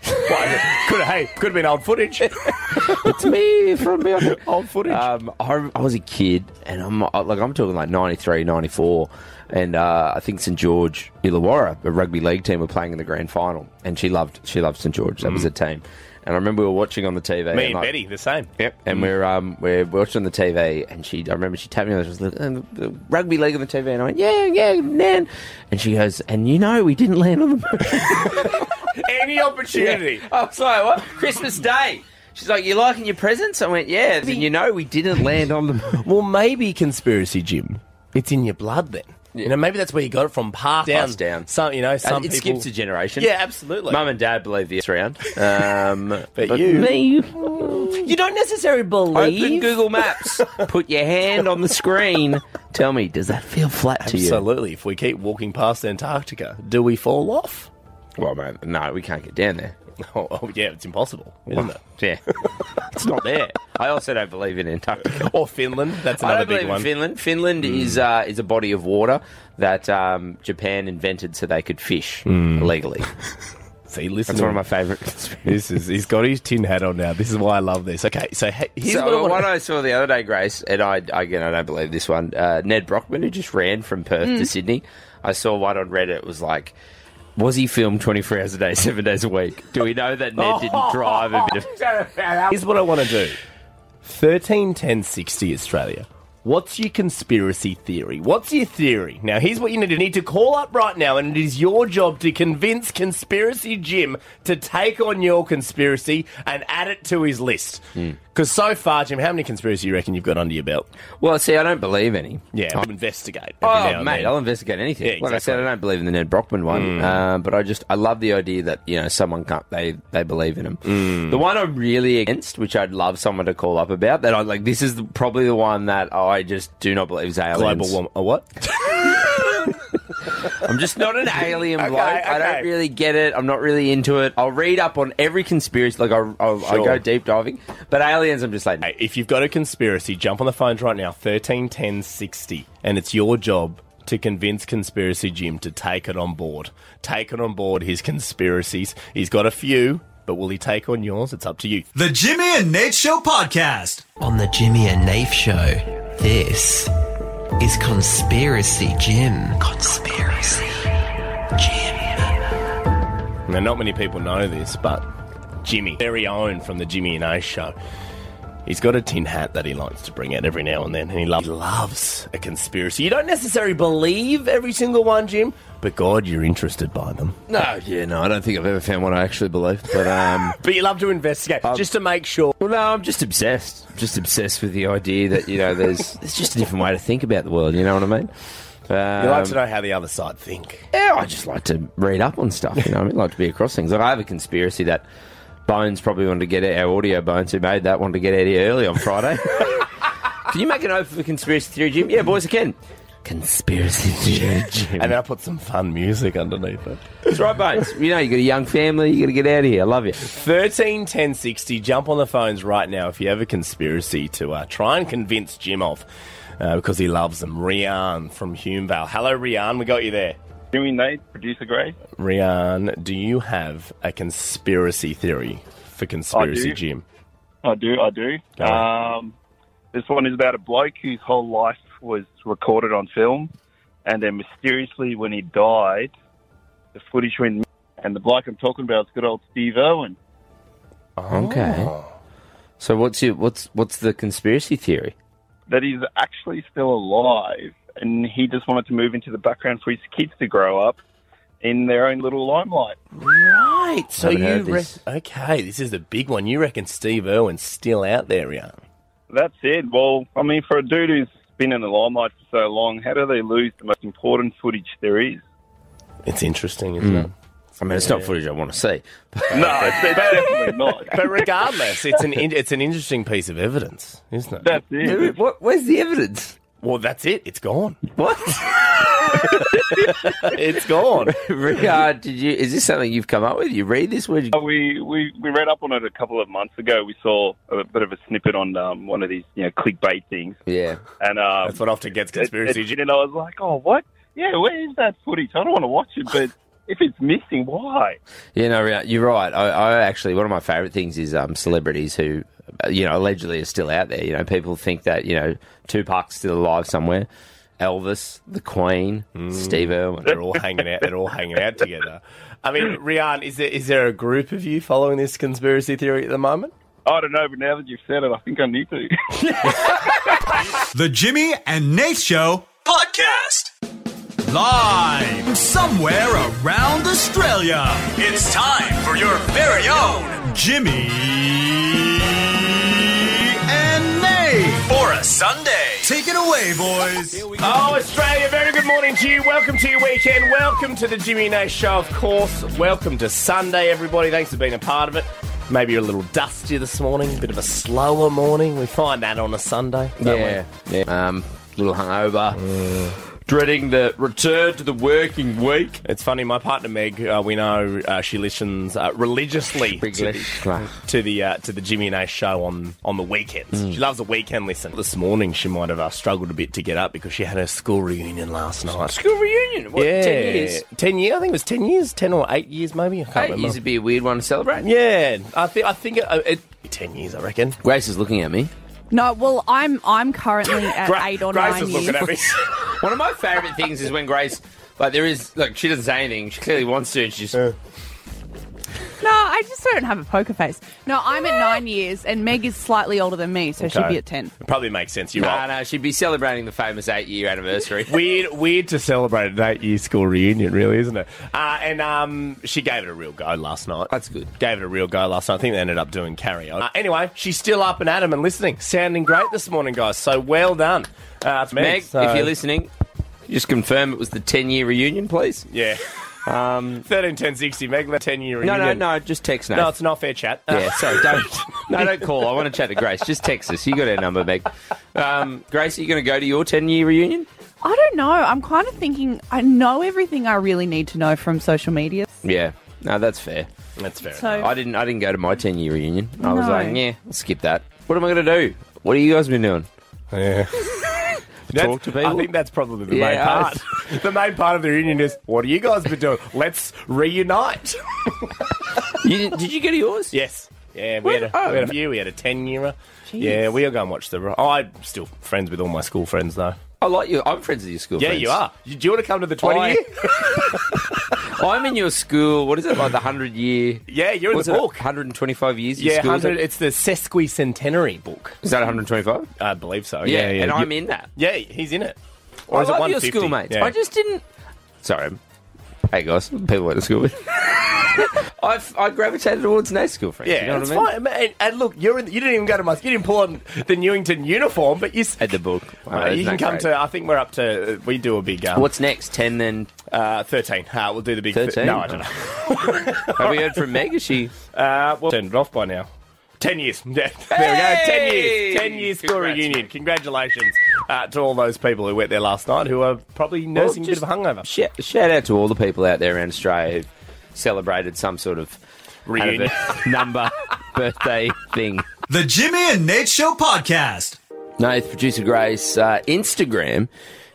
Speaker 5: could hey, could have been old footage.
Speaker 3: It's me from beyond.
Speaker 5: old footage.
Speaker 3: Um, I, I was a kid, and I'm I- like I'm talking like 93, 94, and uh, I think St George Illawarra, a rugby league team, were playing in the grand final, and she loved she loved St George. That was a team, and I remember we were watching on the TV.
Speaker 5: Mm. Me and
Speaker 3: Uh, like-
Speaker 5: Betty, Mm. the same.
Speaker 3: Yep, and we're um we're watching the TV, and she I remember she tapped me on the- she was like, "Um, the rugby league on the TV, and I went yeah yeah Nan, and she goes and you know we didn't land on the moon.
Speaker 5: Any opportunity.
Speaker 3: I was like, what? Christmas Day. She's like, you liking your presents? I went, yeah. Then you know we didn't land on the moon.
Speaker 5: Well, maybe conspiracy, Jim. It's in your blood then. You know, maybe that's where you got it from. Passed
Speaker 3: Passed down.
Speaker 5: Some, you know, some
Speaker 3: Uh, it
Speaker 5: people.
Speaker 3: skips a generation.
Speaker 5: yeah, absolutely.
Speaker 3: Mum and Dad believe this round. Um, but,
Speaker 5: you-
Speaker 3: me,
Speaker 5: You don't necessarily
Speaker 3: open
Speaker 5: believe.
Speaker 3: Google Maps, put your hand on the screen. Tell me, does that feel flat to you?
Speaker 5: Absolutely. If we keep walking past Antarctica, do we fall off?
Speaker 3: Well, man, no, we can't get down there.
Speaker 5: Oh, oh, yeah, it's impossible, isn't it?
Speaker 3: Yeah, it's not there. I also don't believe in Antarctica.
Speaker 5: Or Finland. That's
Speaker 3: I
Speaker 5: another
Speaker 3: don't believe
Speaker 5: big
Speaker 3: in
Speaker 5: one.
Speaker 3: Finland. Finland is uh, is a body of water that um, Japan invented so they could fish illegally.
Speaker 5: See, listen.
Speaker 3: That's one of my favourite.
Speaker 5: This is he's got his tin hat on now. This is why I love this. Okay, so he- here's what I
Speaker 3: so uh,
Speaker 5: wanna-
Speaker 3: one I saw the other day, Grace, and I again I don't believe this one. Uh, Ned Brockman, who just ran from Perth to Sydney, I saw one on Reddit. It was like, was he filmed twenty four hours a day, seven days a week? Do we know that Ned didn't drive a bit of?
Speaker 5: Here's what I want to do. Thirteen ten sixty Australia. What's your conspiracy theory? What's your theory? Now, here's what you need to need to call up right now, and it is your job to convince Conspiracy Jim to take on your conspiracy and add it to his list.
Speaker 3: Hmm.
Speaker 5: Because so far, Jim, how many conspiracies do you reckon you've got under your belt?
Speaker 3: Well, see, I don't believe any.
Speaker 5: Yeah, I'll investigate. every now
Speaker 3: Oh,
Speaker 5: and
Speaker 3: mate,
Speaker 5: then.
Speaker 3: I'll investigate anything.
Speaker 5: Yeah,
Speaker 3: Like I said, I
Speaker 5: exactly.
Speaker 3: don't believe in the Ned Brockman one,
Speaker 5: Mm.
Speaker 3: uh, but I just I love the idea that you know someone can't they they believe in him. The one I'm really against, which I'd love someone to call up about, that I like. This is the, probably the one that I just do not believe is
Speaker 5: Global
Speaker 3: aliens.
Speaker 5: warm- a what?
Speaker 3: I'm just not an alien
Speaker 5: Okay,
Speaker 3: bloke. I
Speaker 5: okay.
Speaker 3: don't really get it. I'm not really into it. I'll read up on every conspiracy. Like I'll, I'll, I'll go
Speaker 5: Sure.
Speaker 3: deep diving, but aliens, I'm just like.
Speaker 5: Hey, if you've got a conspiracy, jump on the phones right now, 13 10 60, and it's your job to convince Conspiracy Jim to take it on board. Take it on board his conspiracies. He's got a few, but will he take on yours? It's up to you.
Speaker 7: The Jimmy and Nate Show podcast.
Speaker 11: On the Jimmy and Nath Show, this is Conspiracy Jim. Conspiracy Jim.
Speaker 5: Now, not many people know this, but Jimmy, very own from the Jimmy and Ace show, he's got a tin hat that he likes to bring out every now and then, and he lo- loves a conspiracy. You don't necessarily believe every single one, Jim, but God, you're interested by them.
Speaker 3: No, uh, yeah, no, I don't think I've ever found one I actually believe. But um,
Speaker 5: but you love to investigate just to make sure.
Speaker 3: Well, no, I'm just obsessed. I'm just obsessed with the idea that you know there's there's just a different way to think about the world. You know what I mean? Um,
Speaker 5: You like to know how the other side think.
Speaker 3: Yeah, I just like to read up on stuff. You know, what I mean, like to be across things. Like I have a conspiracy that Bones probably wanted to get out, our audio Bones who made that wanted to get out here early on Friday. can you make an open for conspiracy theory, Jim? Yeah, boys, I can. Conspiracy theory, Jim.
Speaker 5: And I put some fun music underneath it.
Speaker 3: That's right, Bones. You know, you got a young family. You got to get out of here. I love you.
Speaker 5: 13 10 60, jump on the phones right now if you have a conspiracy to uh, try and convince Jim of uh, because he loves them. Rian from Humevale. Hello, Rian, we got you there.
Speaker 12: Jimmy Nate, producer Gray.
Speaker 5: Rian, do you have a conspiracy theory for Conspiracy
Speaker 12: do.
Speaker 5: Jim?
Speaker 12: I do, I do. Um, this one is about a bloke whose whole life was recorded on film, and then mysteriously, when he died, the footage went. And the bloke I'm talking about is good old Steve Irwin.
Speaker 3: Okay. So what's your what's what's the conspiracy theory?
Speaker 12: that he's actually still alive and he just wanted to move into the background for his kids to grow up in their own little limelight.
Speaker 5: Right. So
Speaker 12: Haven't
Speaker 5: you
Speaker 12: heard
Speaker 5: re-
Speaker 12: this.
Speaker 5: okay? This is the big one. You reckon Steve Irwin's still out there, Rian?
Speaker 12: That's it. Well, I mean, for a dude who's been in the limelight for so long, how do they lose the most important footage there is?
Speaker 5: It's interesting, isn't
Speaker 12: Hmm.
Speaker 3: Mm.
Speaker 5: it?
Speaker 3: I mean, it's not footage I want to see.
Speaker 12: No, it's, it's definitely not.
Speaker 5: But regardless, it's an in- it's an interesting piece of evidence, isn't it?
Speaker 12: That's it.
Speaker 3: Dude, what, where's the evidence?
Speaker 5: Well, that's it. It's gone.
Speaker 3: What?
Speaker 5: it's gone.
Speaker 3: Ricard, did you? Is this something you've come up with? You read this? Where'd you?
Speaker 12: We, we we read up on it a couple of months ago. We saw a bit of a snippet on um, one of these you know clickbait things,
Speaker 3: Yeah.
Speaker 12: and um,
Speaker 5: That's what often gets
Speaker 12: it,
Speaker 5: conspiracy.
Speaker 12: it, and I was like, oh, what? Yeah, where is that footage? I don't want to watch it, but if it's missing, why?
Speaker 3: Yeah, no, Ricard, you're right. I, I actually one of my favourite things is um, celebrities who, uh, you know, allegedly are still out there. You know, people think that you know Tupac's still alive somewhere. Elvis, the Queen, Steve Irwin.
Speaker 5: They're all hanging out. They're all hanging out together. I mean, Rian, is there is there a group of you following this conspiracy theory at the moment?
Speaker 12: I don't know, but now that you've said it, I think I need to.
Speaker 7: The Jimmy and Nate Show podcast. Live from somewhere around Australia. It's time for your very own Jimmy and Nate for a Sunday. Take it away, boys.
Speaker 5: Oh, Australia, very good morning to you. Welcome to your weekend. Welcome to the Jimmy and Nash Show, of course. Welcome to Sunday, everybody. Thanks for being a part of it. Maybe you're a little dusty this morning, a bit of a slower morning. We find that on a Sunday. don't we?
Speaker 3: Yeah, yeah. Um, little hungover, dreading the return to the working week.
Speaker 5: It's funny, my partner Meg, uh, we know uh, she listens uh, religiously to the, to the, uh, to the Jimmy and Ace show on, on the weekends. She loves a weekend listen. This morning, she might have uh, struggled a bit to get up because she had her school reunion last night.
Speaker 3: School reunion. What,
Speaker 5: yeah,
Speaker 3: Ten years.
Speaker 5: Ten years, I think it was ten years, ten or eight years, maybe. I can't
Speaker 3: Eight
Speaker 5: remember.
Speaker 3: years would be a weird one to celebrate.
Speaker 5: Yeah, I think I think it, uh, it, ten years. I reckon.
Speaker 3: Grace is looking at me.
Speaker 6: No, well, I'm I'm currently at
Speaker 5: Gra-
Speaker 6: eight or
Speaker 5: Grace
Speaker 6: nine
Speaker 5: is
Speaker 6: years.
Speaker 5: looking at me.
Speaker 3: One of my favourite things is when Grace, like, there is, look, she doesn't say anything. She clearly wants to, and she's.
Speaker 6: No, I just don't have a poker face. No, I'm at nine years, and Meg is slightly older than me, so she'd
Speaker 5: Okay.
Speaker 6: be at ten.
Speaker 5: It probably makes sense. You
Speaker 3: No,
Speaker 5: are.
Speaker 3: no, she'd be celebrating the famous eight year anniversary.
Speaker 5: Weird, weird to celebrate an eight-year school reunion, really, isn't it? Uh, and um, she gave it a real go last night. That's good. Gave it a real go last night. I think they ended up doing carry on. Uh, anyway, she's still up and at 'em and listening, sounding great this morning, guys. So well done, uh, to
Speaker 3: Meg,
Speaker 5: so-
Speaker 3: if you're listening, just confirm it was the 10 year reunion, please.
Speaker 5: Yeah.
Speaker 3: Um,
Speaker 5: Thirteen ten sixty Meg, the ten year
Speaker 3: No,
Speaker 5: reunion.
Speaker 3: no, no, uh, just text now.
Speaker 5: No, it's not fair chat.
Speaker 3: Yeah, so don't no, don't call. I want to chat to Grace. Just text us. You got our number, Meg. Um, Grace, are you going to go to your ten year reunion?
Speaker 6: I don't know. I'm kind of thinking. I know everything I really need to know from social media.
Speaker 3: Yeah, no, that's fair.
Speaker 5: That's fair.
Speaker 6: So-
Speaker 3: I didn't. I didn't go to my ten year reunion. I was
Speaker 6: No.
Speaker 3: like, yeah, I'll skip that. What am I going to do? What have you guys been doing?
Speaker 5: Yeah.
Speaker 3: Talk to people.
Speaker 5: I think that's probably the main
Speaker 3: Yeah, I-
Speaker 5: part. the main part of the reunion is what do you guys been doing? Let's reunite.
Speaker 3: you didn't, did you go to yours?
Speaker 5: Yes. Yeah, we had, a, we
Speaker 3: oh.
Speaker 5: had a few. We had a 10 yearer. Yeah, we all go and watch the. Oh, I'm still friends with all my school friends, though.
Speaker 3: I like you. I'm friends with your school.
Speaker 5: yeah,
Speaker 3: friends.
Speaker 5: you are. You- Do you want to come to the 20
Speaker 3: I-
Speaker 5: year?
Speaker 3: I'm in your school. What is it like the hundred year?
Speaker 5: Yeah, you're in the book.
Speaker 3: 125 years. your
Speaker 5: Yeah,
Speaker 3: school, is
Speaker 5: 100,
Speaker 3: it?
Speaker 5: it's the sesquicentenary book.
Speaker 3: Is that 125?
Speaker 5: I believe so.
Speaker 3: Yeah,
Speaker 5: Yeah, yeah.
Speaker 3: and I'm
Speaker 5: You-
Speaker 3: in that.
Speaker 5: Yeah, he's in it.
Speaker 3: I
Speaker 5: is it
Speaker 3: love your
Speaker 5: 150?
Speaker 3: schoolmates.
Speaker 5: Yeah.
Speaker 3: I just didn't. Sorry. Hey guys, people went to school with. I've, I gravitated towards Nate's school friends.
Speaker 5: Yeah,
Speaker 3: you know
Speaker 5: it's
Speaker 3: what I
Speaker 5: fine.
Speaker 3: mean?
Speaker 5: man. And, and look, you're in, you didn't even go to my. You didn't pull on the Newington uniform, but you
Speaker 3: at the book. Wow,
Speaker 5: you can
Speaker 3: isn't that
Speaker 5: come
Speaker 3: great?
Speaker 5: to. I think we're up to. uh, We do a big. Um,
Speaker 3: What's next? Ten then?
Speaker 5: Uh, Thirteen. Uh, we'll do the big. thi-
Speaker 3: 13?
Speaker 5: no, I don't know.
Speaker 3: Have we heard from Meg? Is she?
Speaker 5: Uh, well, turned it off by now. Ten years. Yeah, there we go. Ten years. Ten years school reunion. Congratulations uh, to all those people who went there last night who are probably nursing
Speaker 3: just
Speaker 5: a bit of a hungover.
Speaker 3: Shout, shout out to all the people out there in Australia who've celebrated some sort of
Speaker 5: Reunion.
Speaker 3: anniver- number birthday thing.
Speaker 7: The Jimmy and Nate Show podcast.
Speaker 3: Nath, producer Grace, uh, Instagram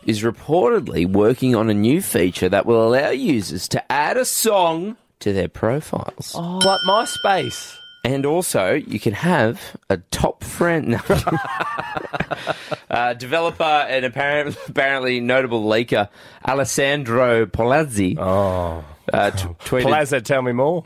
Speaker 3: is reportedly working on a new feature that will allow users to add a song to their profiles.
Speaker 5: Oh, like MySpace.
Speaker 3: And also, you can have a top friend. No. uh, developer and apparently, apparently notable leaker, Alessandro Palazzi.
Speaker 5: Oh.
Speaker 3: Uh, t- tweeted,
Speaker 5: Plaza, tell me more.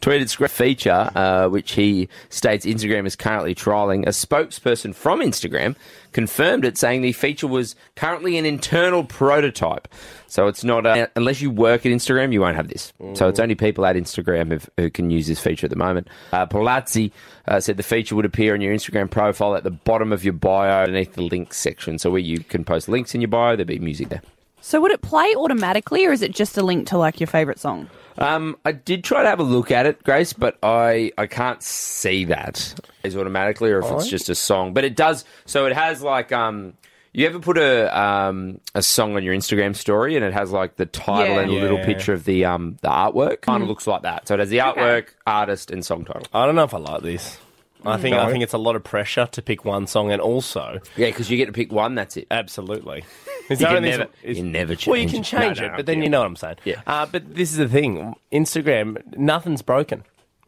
Speaker 3: tweeted script feature, uh, which he states Instagram is currently trialing. A spokesperson from Instagram confirmed it, saying the feature was currently an internal prototype. So it's not, a, unless you work at Instagram, you won't have this. So it's only people at Instagram who've- who can use this feature at the moment. Uh, Palazzi uh, said the feature would appear on your Instagram profile at the bottom of your bio underneath the links section. So where you can post links in your bio, there'd be music there.
Speaker 6: So would it play automatically, or is it just a link to like your favorite song?
Speaker 3: Um, I did try to have a look at it, Grace, but I I can't see that is automatically, or if it's
Speaker 5: Oh.
Speaker 3: just a song. But it does. So it has like um, you ever put a um a song on your Instagram story, and it has like the title
Speaker 5: Yeah.
Speaker 3: and a little
Speaker 5: Yeah.
Speaker 3: picture of the um the artwork. Kind of looks like that. So it has the artwork, artist, and song title.
Speaker 5: I don't know if I like this. I think I
Speaker 3: No.
Speaker 5: think it's a lot of pressure to pick one song, and also
Speaker 3: Yeah, because you get to pick one. That's it.
Speaker 5: Absolutely.
Speaker 3: You
Speaker 5: there
Speaker 3: can
Speaker 5: anything-
Speaker 3: never- you can never
Speaker 5: Well, you
Speaker 3: change
Speaker 5: can
Speaker 3: it. No,
Speaker 5: change
Speaker 3: no,
Speaker 5: it, but then
Speaker 3: yeah.
Speaker 5: you know what I'm saying.
Speaker 3: Yeah.
Speaker 5: Uh, but this is the thing: Instagram, nothing's broken. You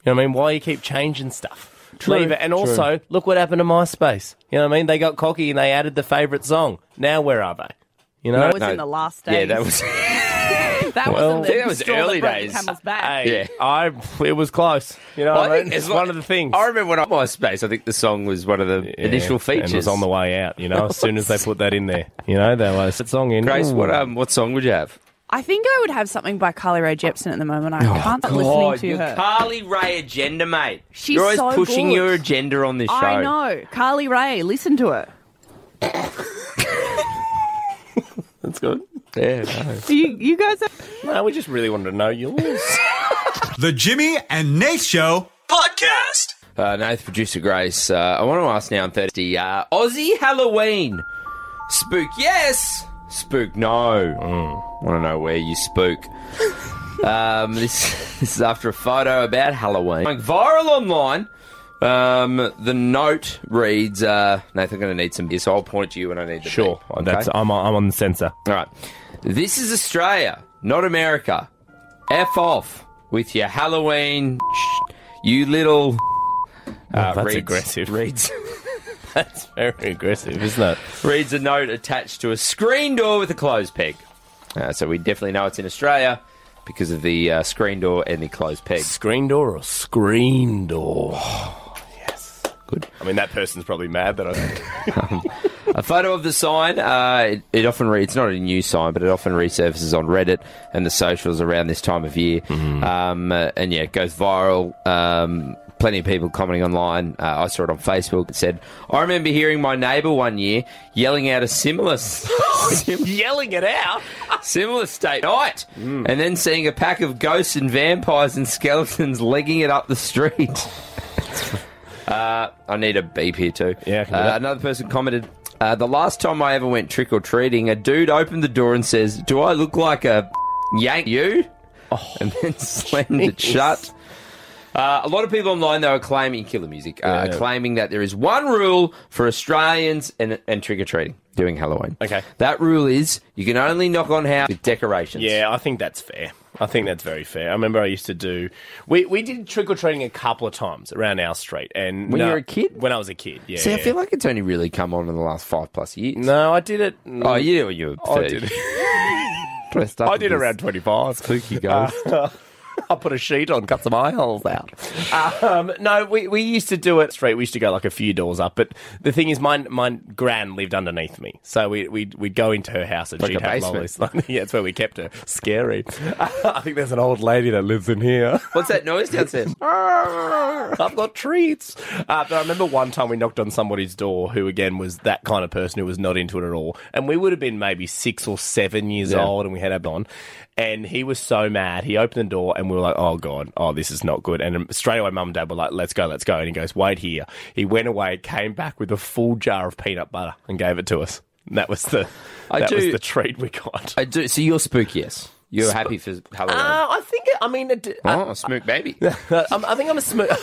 Speaker 5: know what I mean? Why you keep changing stuff?
Speaker 3: True,
Speaker 5: Leave it. And
Speaker 3: true.
Speaker 5: also, look what happened to MySpace. You know what I mean? They got cocky and they added the favorite song. Now where are they? You know,
Speaker 6: That was in the last days.
Speaker 3: Yeah, that was.
Speaker 6: that
Speaker 5: Well- I
Speaker 6: wasn't
Speaker 5: think
Speaker 6: the
Speaker 5: that was
Speaker 6: straw
Speaker 5: early
Speaker 6: broke the
Speaker 5: days.
Speaker 6: camel's back.
Speaker 5: Hey, I it was close. You know,
Speaker 3: Well,
Speaker 5: what I
Speaker 3: I think
Speaker 5: mean?
Speaker 3: it's
Speaker 5: it's
Speaker 3: like-
Speaker 5: Oh, one of the things.
Speaker 3: I remember when I was MySpace. I think the song was one of the
Speaker 5: Yeah,
Speaker 3: initial
Speaker 5: and
Speaker 3: features.
Speaker 5: it was on the way out. You know, as soon as they put that in there, you know, they were that song in.
Speaker 3: Grace, what um, what song would you have?
Speaker 6: I think I would have something by Carly Rae Jepsen at the moment. I
Speaker 5: Oh,
Speaker 6: can't stop listening to
Speaker 3: your
Speaker 6: her.
Speaker 3: Carly Ray agenda, mate.
Speaker 6: She's
Speaker 3: You're always
Speaker 6: so
Speaker 3: pushing
Speaker 6: good.
Speaker 3: your agenda on this show.
Speaker 6: I know Carly Rae. Listen to her.
Speaker 5: That's good.
Speaker 3: Yeah.
Speaker 6: Do you, you guys? Have-
Speaker 5: No, we just really wanted to know yours.
Speaker 7: The Jimmy and Nate Show podcast.
Speaker 3: Uh, Nath, producer Grace, uh, I want to ask now on Thursday, uh, Aussie Halloween. Spook, yes. Spook, no. Want to know where you spook. um, this, this is after a photo about Halloween. Going viral online. Um, the note reads, uh, Nathan, I'm going to need some beer, so I'll point to you when I need the
Speaker 5: Sure,
Speaker 3: beer,
Speaker 5: that's
Speaker 3: okay?
Speaker 5: I'm, I'm on the sensor.
Speaker 3: All right. This is Australia, not America. F off with your Halloween, sh- you little. Uh,
Speaker 5: that's
Speaker 3: reads-
Speaker 5: aggressive.
Speaker 3: Reads,
Speaker 5: That's very aggressive, isn't it?
Speaker 3: reads a note attached to a screen door with a clothes peg. Uh, so we definitely know it's in Australia. because of the uh, screen door and the closed peg.
Speaker 5: Screen door or screen door? yes. Good. I mean, that person's probably mad that I.
Speaker 3: A photo of the sign. Uh, it, it often re- it's not a new sign, but it often resurfaces on Reddit and the socials around this time of year. Um, uh, and yeah, it goes viral. Um, plenty of people commenting online. Uh, I saw it on Facebook. It said, "I remember hearing my neighbour one year yelling out a similar." s-
Speaker 5: Yelling it out.
Speaker 3: Similar state night,
Speaker 5: Mm.
Speaker 3: and then seeing a pack of ghosts and vampires and skeletons legging it up the street. uh, I need a beep here too. Yeah,
Speaker 5: do that.
Speaker 3: another person commented. Uh, the last time I ever went trick or treating, a dude opened the door and says, "Do I look like a yank you?" and then slammed it
Speaker 5: Oh, jeez.
Speaker 3: shut. Uh, a lot of people online though are claiming killer music, uh,
Speaker 5: Yeah.
Speaker 3: claiming that there is one rule for Australians and, and trick or treating during Halloween. Okay, that rule is you can only knock on house with decorations.
Speaker 5: Yeah, I think that's fair. I think that's very fair. I remember I used to do. We, we did trick or treating a couple of times around our street, and
Speaker 3: When
Speaker 5: no-
Speaker 3: you were a kid,
Speaker 5: when I was a kid, yeah.
Speaker 3: See, I feel like it's only really come on in the last five plus years.
Speaker 5: No, I did it.
Speaker 3: Oh, you did when you were
Speaker 5: I
Speaker 3: 30.
Speaker 5: did.
Speaker 3: Dressed up
Speaker 5: I did
Speaker 3: as
Speaker 5: around twenty five.
Speaker 3: Spooky
Speaker 5: Uh,
Speaker 3: ghost.
Speaker 5: I put a sheet on, cut some eye holes out. Um, no, we, we used to do it straight. We used to go like a few doors up, but the thing is, my my gran lived underneath me, so we we'd, we'd go into her house and
Speaker 3: Like
Speaker 5: she'd
Speaker 3: a
Speaker 5: have lollies.
Speaker 3: basement.
Speaker 5: yeah, that's where we kept her. Scary. I think there's an old lady that lives in here.
Speaker 3: What's that noise downstairs?
Speaker 5: I've got treats. Uh, but I remember one time we knocked on somebody's door who, again, was that kind of person who was not into it at all. And we would have been maybe six or seven years
Speaker 3: Yeah.
Speaker 5: old and we had our on. And he was so mad. He opened the door and we were like, oh, God, oh, this is not good. And um, straight away, mum and dad were like, let's go, let's go. And he goes, wait here. He went away, came back with a full jar of peanut butter and gave it to us. And that was the,
Speaker 3: I
Speaker 5: that was
Speaker 3: do-
Speaker 5: the treat we got.
Speaker 3: I do. So you're spookiest. You're happy for Halloween.
Speaker 5: Uh, I think, I mean, it,
Speaker 3: oh, spook baby.
Speaker 5: I'm, I think I'm a spook.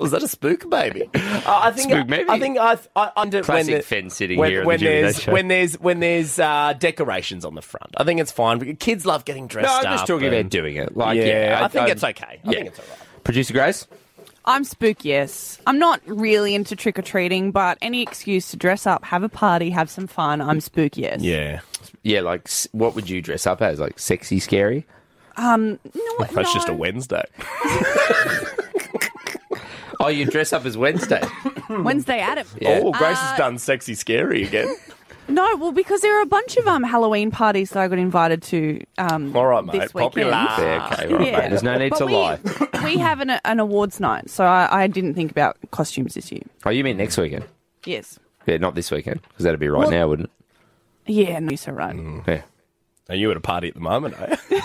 Speaker 5: Was that a spook baby? Uh, I think
Speaker 3: Spook baby.
Speaker 5: I think I I under
Speaker 3: Classic
Speaker 5: when the-
Speaker 3: Fenn sitting
Speaker 5: when,
Speaker 3: here at the
Speaker 5: when
Speaker 3: Jimmy Nash
Speaker 5: there's
Speaker 3: show.
Speaker 5: when there's when there's uh, decorations on the front. I think it's fine. because Kids love getting dressed
Speaker 3: No, I'm
Speaker 5: up.
Speaker 3: just talking
Speaker 5: and-
Speaker 3: about doing it. Like,
Speaker 5: yeah,
Speaker 3: yeah,
Speaker 5: I,
Speaker 3: I-
Speaker 5: think
Speaker 3: I-
Speaker 5: it's okay. I
Speaker 3: yeah.
Speaker 5: think it's all right.
Speaker 3: Producer Grace?
Speaker 6: I'm spook, yes. I'm not really into trick or treating, but any excuse to dress up, have a party, have some fun, I'm spook, yes.
Speaker 5: Yeah.
Speaker 3: Yeah, like, s- what would you dress up as? Like, sexy, scary?
Speaker 6: Um, no,
Speaker 5: That's just a Wednesday.
Speaker 3: oh, you dress up as Wednesday.
Speaker 6: Wednesday Adam.
Speaker 5: Oh, Grace
Speaker 6: Uh,
Speaker 5: has done sexy scary again.
Speaker 6: No, well, because there are a bunch of um Halloween parties that I got invited to. Um,
Speaker 5: All right, mate.
Speaker 6: This
Speaker 5: Popular.
Speaker 6: weekend.
Speaker 3: Yeah, okay, all right, mate. There's no need
Speaker 6: But
Speaker 3: to
Speaker 6: we-
Speaker 3: lie.
Speaker 6: we have an, an awards night, so I, I didn't think about costumes this year.
Speaker 3: Oh, you mean next weekend?
Speaker 6: Yes.
Speaker 3: Yeah, not this weekend, because that'd be right
Speaker 6: Well-
Speaker 3: now, wouldn't
Speaker 6: Yeah, no, you're so right.
Speaker 3: it? Yeah.
Speaker 5: Are you at a party at the moment? Eh?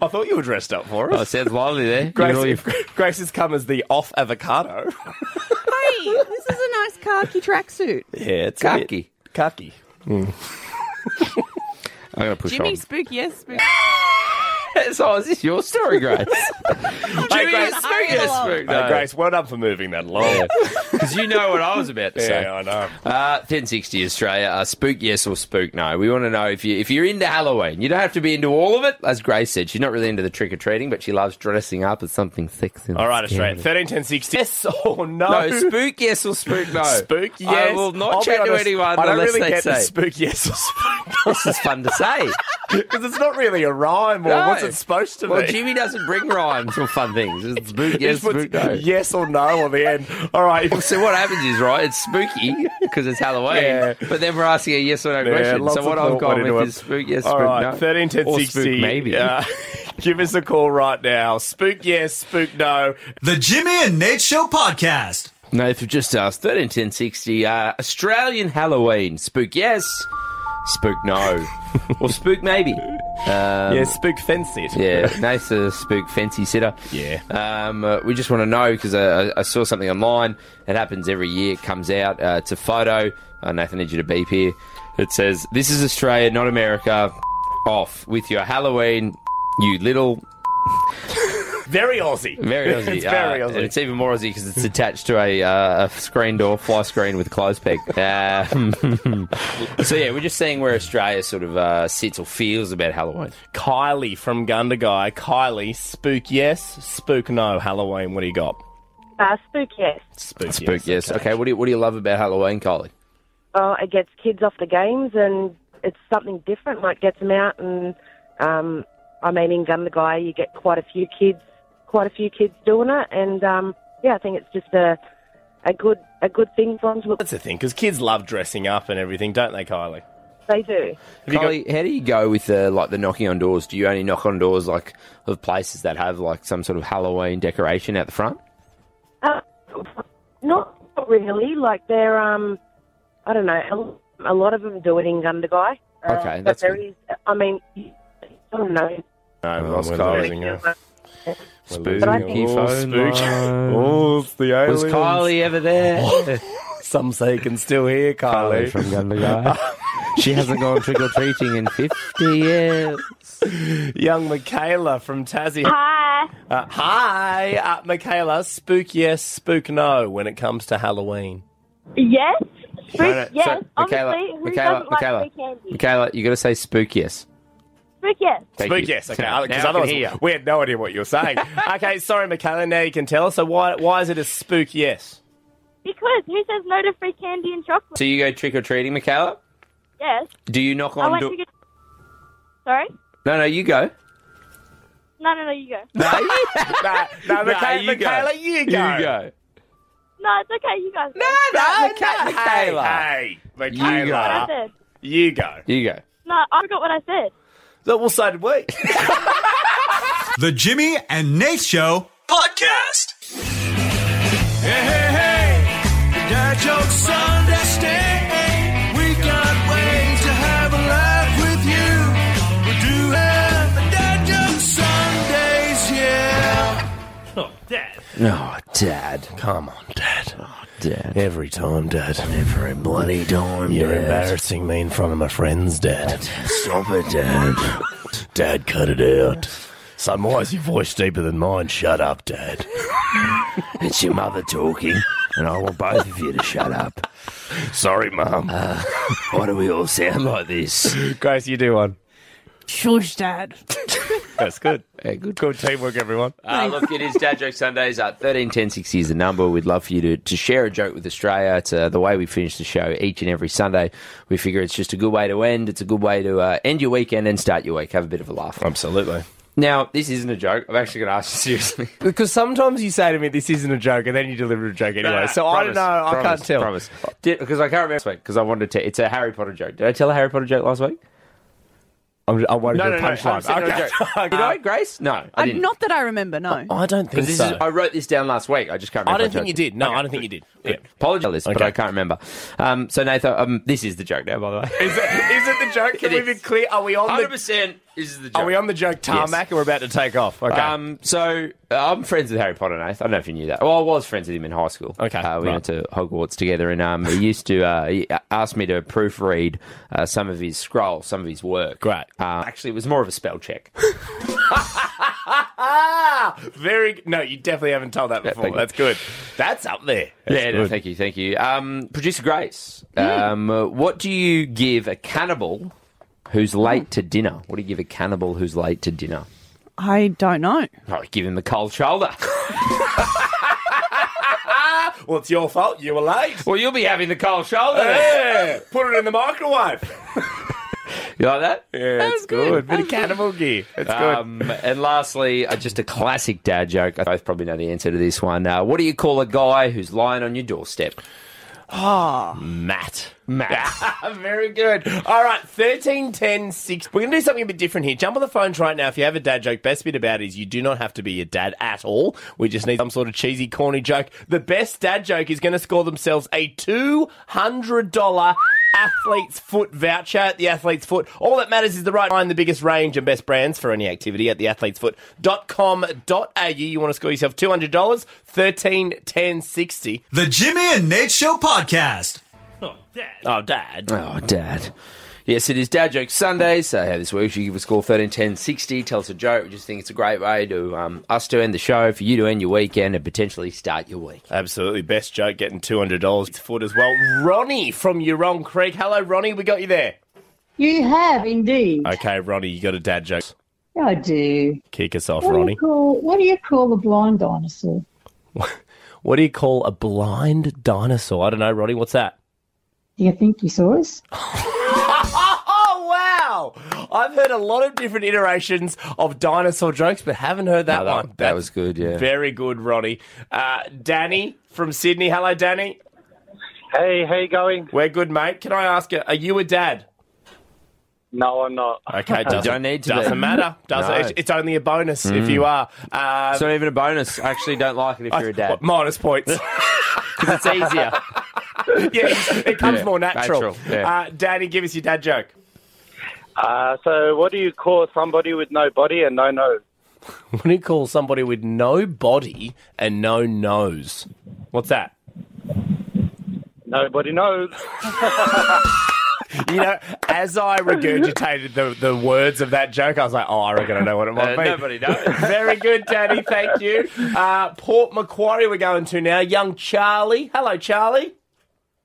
Speaker 5: I thought you were dressed up for us.
Speaker 3: Oh, it sounds lively there. You
Speaker 5: Grace,
Speaker 3: and all your-
Speaker 5: Grace has come as the off avocado.
Speaker 6: hey, this is a nice khaki tracksuit.
Speaker 5: yeah, it's
Speaker 3: Khaki.
Speaker 5: Khaki.
Speaker 3: I'm going to push
Speaker 6: Jimmy
Speaker 3: on.
Speaker 6: Spook, yes, Spook.
Speaker 3: so, "Oh, is this your story, Grace? Jimmy
Speaker 5: Grace,
Speaker 3: is
Speaker 6: hurry
Speaker 3: spookiest
Speaker 6: along.
Speaker 3: spook,
Speaker 5: Hey,
Speaker 3: no.
Speaker 5: Grace, well done for moving that along.
Speaker 3: Because you know what I was about to say.
Speaker 5: Yeah, I know.
Speaker 3: Uh, 1060 Australia, uh, spook yes or spook no. We want to know if, you, if you're into Halloween. You don't have to be into all of it. As Grace said, she's not really into the trick or treating, but she loves dressing up as something sexy. and
Speaker 5: All right,
Speaker 3: scary.
Speaker 5: Australia. 13, 10, 60. Yes or no?
Speaker 3: No, spook yes or spook no.
Speaker 5: Spook, yes.
Speaker 3: I will not
Speaker 5: I'll be
Speaker 3: chat to
Speaker 5: honest,
Speaker 3: anyone
Speaker 5: I don't
Speaker 3: unless
Speaker 5: really
Speaker 3: they
Speaker 5: get the
Speaker 3: say.
Speaker 5: spook, yes or spook no.
Speaker 3: This is fun to say.
Speaker 5: Because it's not really a rhyme or
Speaker 3: No.
Speaker 5: what's it supposed to
Speaker 3: Well,
Speaker 5: be.
Speaker 3: Jimmy doesn't bring rhymes or fun things. It's spook
Speaker 5: He
Speaker 3: yes,
Speaker 5: just puts
Speaker 3: spook no.
Speaker 5: yes or no on the end. All right.
Speaker 3: So what happens is right, it's spooky because it's Halloween,
Speaker 5: Yeah.
Speaker 3: but then we're asking a yes or no question.
Speaker 5: lots
Speaker 3: So
Speaker 5: of
Speaker 3: what
Speaker 5: thought
Speaker 3: I've
Speaker 5: went
Speaker 3: gone
Speaker 5: into
Speaker 3: with
Speaker 5: it.
Speaker 3: is spook yes,
Speaker 5: All
Speaker 3: spook
Speaker 5: right,
Speaker 3: no,
Speaker 5: 13, 10,
Speaker 3: or
Speaker 5: 60.
Speaker 3: spook maybe.
Speaker 5: Uh, give us a call right now. Spook yes, spook no.
Speaker 7: The Jimmy and Nate Show podcast.
Speaker 3: No, if you've just asked, 13, 10, 60, uh, Australian Halloween. Spook yes, spook no, or spook maybe. Um,
Speaker 5: yeah, spook fence it.
Speaker 3: Yeah, Nate's a spook fancy sitter.
Speaker 5: Yeah.
Speaker 3: Um, uh, we just want to know because I, I saw something online. It happens every year. It comes out. Uh, it's a photo. Uh, Nathan, need you to beep here. It says, "This is Australia, not America. Off with your Halloween, you little."
Speaker 5: Very Aussie.
Speaker 3: Very Aussie.
Speaker 5: it's very
Speaker 3: Uh,
Speaker 5: Aussie.
Speaker 3: and it's even more Aussie because it's attached to a, uh, a screen door, fly screen with a clothes peg. Uh, so yeah, we're just seeing where Australia sort of uh, sits or feels about Halloween.
Speaker 5: Kylie from Gundagai. Kylie, spook yes, spook no. Halloween, what do you got?
Speaker 13: Uh, spook, yes.
Speaker 5: Spook,
Speaker 3: Spook, yes. Okay. What do you, what do you love about Halloween, Kylie?
Speaker 13: Oh, it gets kids off the games and it's something different. Like, gets them out and um, I mean, in Gundagai, you get quite a few kids, quite a few kids doing it, and um, yeah, I think it's just a a good a good thing for them to look.
Speaker 5: That's the thing, because kids love dressing up and everything, don't they, Kylie?
Speaker 13: They do.
Speaker 3: Kylie, how do you go with the like the knocking on doors? Do you only knock on doors like of places that have like some sort of Halloween decoration out the front?
Speaker 13: Uh, not not really. Like they're, um, I don't know. A, a lot of them do it in Gundagai. Uh,
Speaker 3: Okay,
Speaker 13: but
Speaker 3: that's
Speaker 13: there
Speaker 3: good.
Speaker 13: is. I mean, I don't know.
Speaker 5: No,
Speaker 3: we've lost Kylie.
Speaker 5: Spooky.
Speaker 13: But I think-
Speaker 5: Oh, spooky. Oh, it's the aliens.
Speaker 3: Was Kylie ever there?
Speaker 5: Some say you can still hear Kylie.
Speaker 3: from Gundagai. she hasn't gone trick or treating in fifty years.
Speaker 5: Young Michaela from Tassie.
Speaker 14: Hi.
Speaker 5: Uh, hi, uh, Michaela. Spook yes, spook no when it comes to Halloween.
Speaker 14: Yes. Spook,
Speaker 5: No, no, so,
Speaker 14: yes.
Speaker 3: Michaela,
Speaker 14: Obviously, who
Speaker 3: Michaela,
Speaker 14: doesn't
Speaker 3: Michaela,
Speaker 14: like free candy?
Speaker 3: Michaela, you got to say spook yes.
Speaker 14: Spook, yes.
Speaker 3: Thank
Speaker 5: spook
Speaker 3: you.
Speaker 5: yes, okay.
Speaker 3: Now I
Speaker 5: Because
Speaker 3: can
Speaker 5: otherwise,
Speaker 3: hear.
Speaker 5: we had no idea what you were saying. okay, sorry, Michaela. Now you can tell us. So why why is it a spook yes?
Speaker 14: Because who says no to free candy and chocolate?
Speaker 3: So you go trick or treating, Michaela?
Speaker 14: Yes.
Speaker 3: Do you knock
Speaker 14: I
Speaker 3: on
Speaker 14: went
Speaker 3: doors?
Speaker 14: to get... Sorry?
Speaker 3: No, no, you go.
Speaker 14: No, no, no, you go.
Speaker 3: No,
Speaker 5: No,
Speaker 3: Nah,
Speaker 5: Michaela,
Speaker 3: you go.
Speaker 5: Michaela, you go.
Speaker 3: You go.
Speaker 14: No, it's okay, you guys. No,
Speaker 5: no,
Speaker 3: no, Michaela.
Speaker 14: I
Speaker 5: Hey,
Speaker 14: forgot what I
Speaker 5: Michaela,
Speaker 14: said.
Speaker 5: you go.
Speaker 3: You go.
Speaker 14: No, I forgot what I said.
Speaker 5: So, well, so did we.
Speaker 7: The Jimmy and Nate Show podcast. Hey, hey, hey. Dad jokes Sunday. We can't wait to have a laugh with you. We do have the Dad Jokes Sundays, yeah. Oh, Dad.
Speaker 3: No, Dad.
Speaker 5: Come on, Dad. Oh,
Speaker 3: Dad.
Speaker 5: Every time, Dad. Every bloody time. You're
Speaker 3: Dad.
Speaker 5: embarrassing me in front of my friends, Dad. Stop it, Dad. Dad, cut it out. Son, why is your voice deeper than mine? Shut up, Dad. it's your mother talking, and I want both of you to shut up. Sorry, Mum. why do we all sound like this? Grace, you do one.
Speaker 6: Shush, Dad.
Speaker 5: That's good.
Speaker 3: good.
Speaker 5: Good teamwork, everyone.
Speaker 3: Uh, look, it is Dad Joke Sundays at 131060 is the number. We'd love for you to, to share a joke with Australia. It's uh, the way we finish the show each and every Sunday. We figure it's just a good way to end. It's a good way to uh, end your weekend and start your week. Have a bit of a laugh.
Speaker 5: Absolutely.
Speaker 3: Now, this isn't a joke. I'm actually going to ask you seriously.
Speaker 5: Because sometimes you say to me, this isn't a joke, and then you deliver a joke anyway. so I don't know. I can't tell.
Speaker 3: Promise. Because I can't remember last week because I wanted to. It's a Harry Potter joke. Did I tell a Harry Potter joke last week?
Speaker 5: I'm, I won't
Speaker 3: no,
Speaker 5: do
Speaker 3: no,
Speaker 5: a
Speaker 3: no,
Speaker 5: punchline.
Speaker 3: 100% not a
Speaker 5: Okay.
Speaker 3: joke. You know, Grace? No, I
Speaker 6: I
Speaker 3: didn't. Uh,
Speaker 6: not that I remember, no.
Speaker 5: I don't
Speaker 3: Because this is, I wrote this down last week. I just can't remember.
Speaker 5: I don't think you did. No, I don't think you did.
Speaker 3: Apologies for this, but
Speaker 5: Okay.
Speaker 3: I can't remember. Um, so, Nathan, um, this is the joke now, by the way.
Speaker 5: Is it, is it the joke? Can we be clear? Are we on the
Speaker 3: 100% is the joke.
Speaker 5: Are we on the joke tarmac
Speaker 3: Yes.
Speaker 5: and we're about to take off? Okay.
Speaker 3: Um, so uh, I'm friends with Harry Potter, Nath. I don't know if you knew that. Well, I was friends with him in high school. Okay, uh, we went to Hogwarts together, and um, he used to uh, he asked me to proofread uh, some of his scroll, some of his work. Great. Uh, actually, it was more of a spell check.
Speaker 5: Very no, you definitely haven't told that before.
Speaker 3: thank you.
Speaker 5: That's good. That's up there.
Speaker 3: yeah, no, thank you, thank you. Um, Producer Grace, um, uh, what do you give a cannibal who's late to dinner? What do you give a cannibal who's late to dinner?
Speaker 6: I don't know.
Speaker 3: Oh, give him the cold shoulder.
Speaker 5: Well, it's your fault. You were late.
Speaker 3: Well, you'll be having the cold shoulder.
Speaker 5: Yeah, put it in the microwave.
Speaker 3: You like that?
Speaker 5: Yeah, it's good. Bit of cannibal gear. It's good.
Speaker 3: Um, and lastly, uh, just a classic dad joke. I both probably know the answer to this one. Uh, what do you call a guy who's lying on your doorstep?
Speaker 6: Ah.
Speaker 5: Matt.
Speaker 3: Matt.
Speaker 5: Very good. All right, 13, 10, 6. We're going to do something a bit different here. Jump on the phones right now if you have a dad joke. Best bit about it is you do not have to be your dad at all. We just need some sort of cheesy, corny joke. The best dad joke is going to score themselves a $200 athlete's foot voucher at the athlete's foot. All that matters is the right line, the biggest range, and best brands for any activity at theathletesfoot.com.au. You want to score yourself $200, 13, 10, 60.
Speaker 7: The Jimmy and Nate Show podcast.
Speaker 5: Oh, Dad.
Speaker 3: Oh, Dad. Yes, it is Dad Joke Sunday. So hey, this week you give us a call thirteen ten sixty. Tell us a joke. We just think it's a great way to um, us to end the show, for you to end your weekend, and potentially start your week.
Speaker 5: Absolutely. Best joke getting $200 foot as well. Ronnie from Eurong Creek. Hello, Ronnie. We got you there.
Speaker 15: You have indeed.
Speaker 5: Okay, Ronnie, you got a dad joke.
Speaker 15: Yeah, I do.
Speaker 5: Kick us off,
Speaker 15: What do, you
Speaker 5: Ronnie.
Speaker 15: call, what do you call a blind dinosaur?
Speaker 5: What do you call a blind dinosaur? I don't know, Ronnie. What's that?
Speaker 15: Do you think you saw us?
Speaker 5: Oh, wow. I've heard a lot of different iterations of dinosaur jokes, but haven't heard that, one.
Speaker 3: That was good, yeah.
Speaker 5: Very good, Ronnie. Uh, Danny from Sydney. Hello, Danny.
Speaker 16: Hey, how you going?
Speaker 5: We're good, mate. Can I ask you, are you a dad?
Speaker 16: No, I'm not.
Speaker 5: Okay, doesn't,
Speaker 3: don't need to be.
Speaker 5: Doesn't matter. Doesn't.
Speaker 3: No.
Speaker 5: It's, it's only a bonus if
Speaker 3: Mm.
Speaker 5: you are. Uh,
Speaker 3: it's not even a bonus. I actually don't like it if you're a dad.
Speaker 5: minus points.
Speaker 3: Because it's easier.
Speaker 5: yeah, it comes
Speaker 3: Yeah,
Speaker 5: more natural.
Speaker 3: natural, yeah.
Speaker 5: uh, Danny, give us your dad joke.
Speaker 16: Uh, so, what do you call somebody with no body and no nose?
Speaker 5: What do you call somebody with no body and no nose? What's that?
Speaker 16: Nobody knows.
Speaker 5: You know, as I regurgitated the, the words of that joke, I was like, oh, I reckon I know what it might
Speaker 3: Uh,
Speaker 5: be.
Speaker 3: nobody knows.
Speaker 5: Very good, Danny. Thank you. Uh, Port Macquarie, we're going to now. Young Charlie. Hello, Charlie.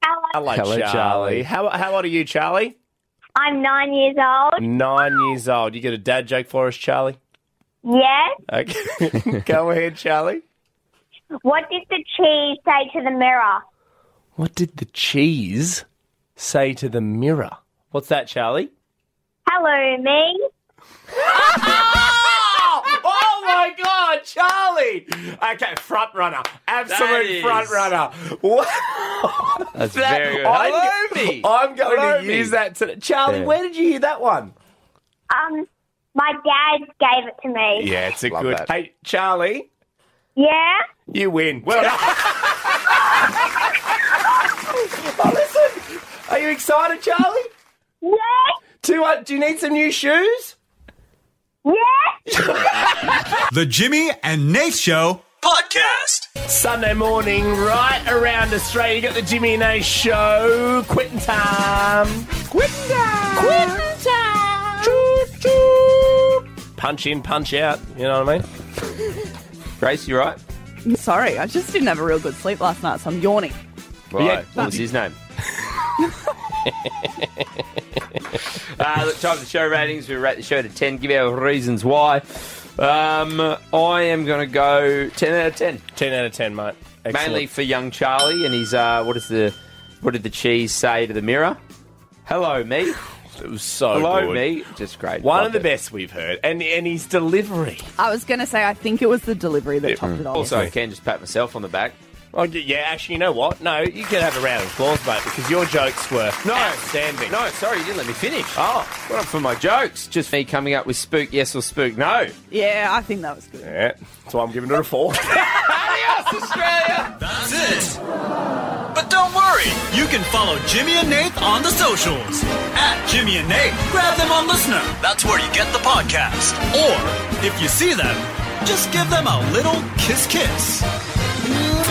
Speaker 5: Hello,
Speaker 17: Hello,
Speaker 5: Charlie.
Speaker 17: Charlie.
Speaker 5: How, how old are you, Charlie?
Speaker 17: I'm nine years old.
Speaker 5: Nine years old. You got a dad joke for us, Charlie?
Speaker 17: Yeah.
Speaker 5: Okay. Go ahead, Charlie.
Speaker 17: What did the cheese say to the mirror?
Speaker 5: What did the cheese say to the mirror? What's that, Charlie?
Speaker 17: Hello, me.
Speaker 5: oh! my God, Charlie! Okay, front runner.
Speaker 17: That
Speaker 5: Absolute
Speaker 17: is-
Speaker 5: front runner. Wow.
Speaker 3: That's
Speaker 5: That-
Speaker 3: very good.
Speaker 5: I'm,
Speaker 3: Hello, me.
Speaker 5: I'm going
Speaker 3: Hello,
Speaker 5: to
Speaker 3: me.
Speaker 5: use that today. Charlie,
Speaker 3: Yeah.
Speaker 5: where did you hear that one?
Speaker 17: Um, my dad gave it to me.
Speaker 5: Yeah, it's a good.
Speaker 17: that.
Speaker 5: Hey, Charlie,
Speaker 17: Yeah.
Speaker 5: you win. Well done. oh, listen. Are you excited, Charlie?
Speaker 17: Yeah.
Speaker 5: Do, uh, do you need some new shoes?
Speaker 7: The Jimmy and Nate Show podcast.
Speaker 5: Sunday morning, right around Australia. You got the Jimmy and A show. Quitting time. Quitting time. Quitting time. Choo choo. Punch in, punch out. You know what I mean? Grace, you right?
Speaker 6: Sorry, I just didn't have a real good sleep last night, so I'm yawning.
Speaker 3: Right.
Speaker 5: Yeah.
Speaker 3: What was his name? uh, look, time for the show ratings. We rate the show to 10. Give our reasons why. Um, I am going to go 10 out of 10.
Speaker 5: 10 out of 10, mate.
Speaker 3: Mainly for young Charlie and his, uh, what is the, what did the cheese say to the mirror? Hello, me.
Speaker 5: It was so
Speaker 3: Hello,
Speaker 5: good.
Speaker 3: me. Just great.
Speaker 5: One of
Speaker 3: Loved
Speaker 5: the
Speaker 3: it.
Speaker 5: best we've heard, and and his delivery.
Speaker 6: I was going to say, I think it was the delivery that topped it off.
Speaker 3: Mm. Also, I can just pat myself on the back.
Speaker 5: Oh, y- yeah, actually, you know what? No, you can have a round of applause, mate, because your jokes were no. outstanding.
Speaker 3: No, sorry, you didn't let me finish. Oh, what up for my jokes? Just me coming up with spook yes or spook no.
Speaker 6: Yeah, I think that was good.
Speaker 5: Yeah, that's why I'm giving it a four.
Speaker 7: Adios, Australia. That's it. But don't worry, you can follow Jimmy and Nate on the socials at Jimmy and Nate. Grab them on Listener. That's where you get the podcast. Or if you see them, just give them a little kiss, kiss.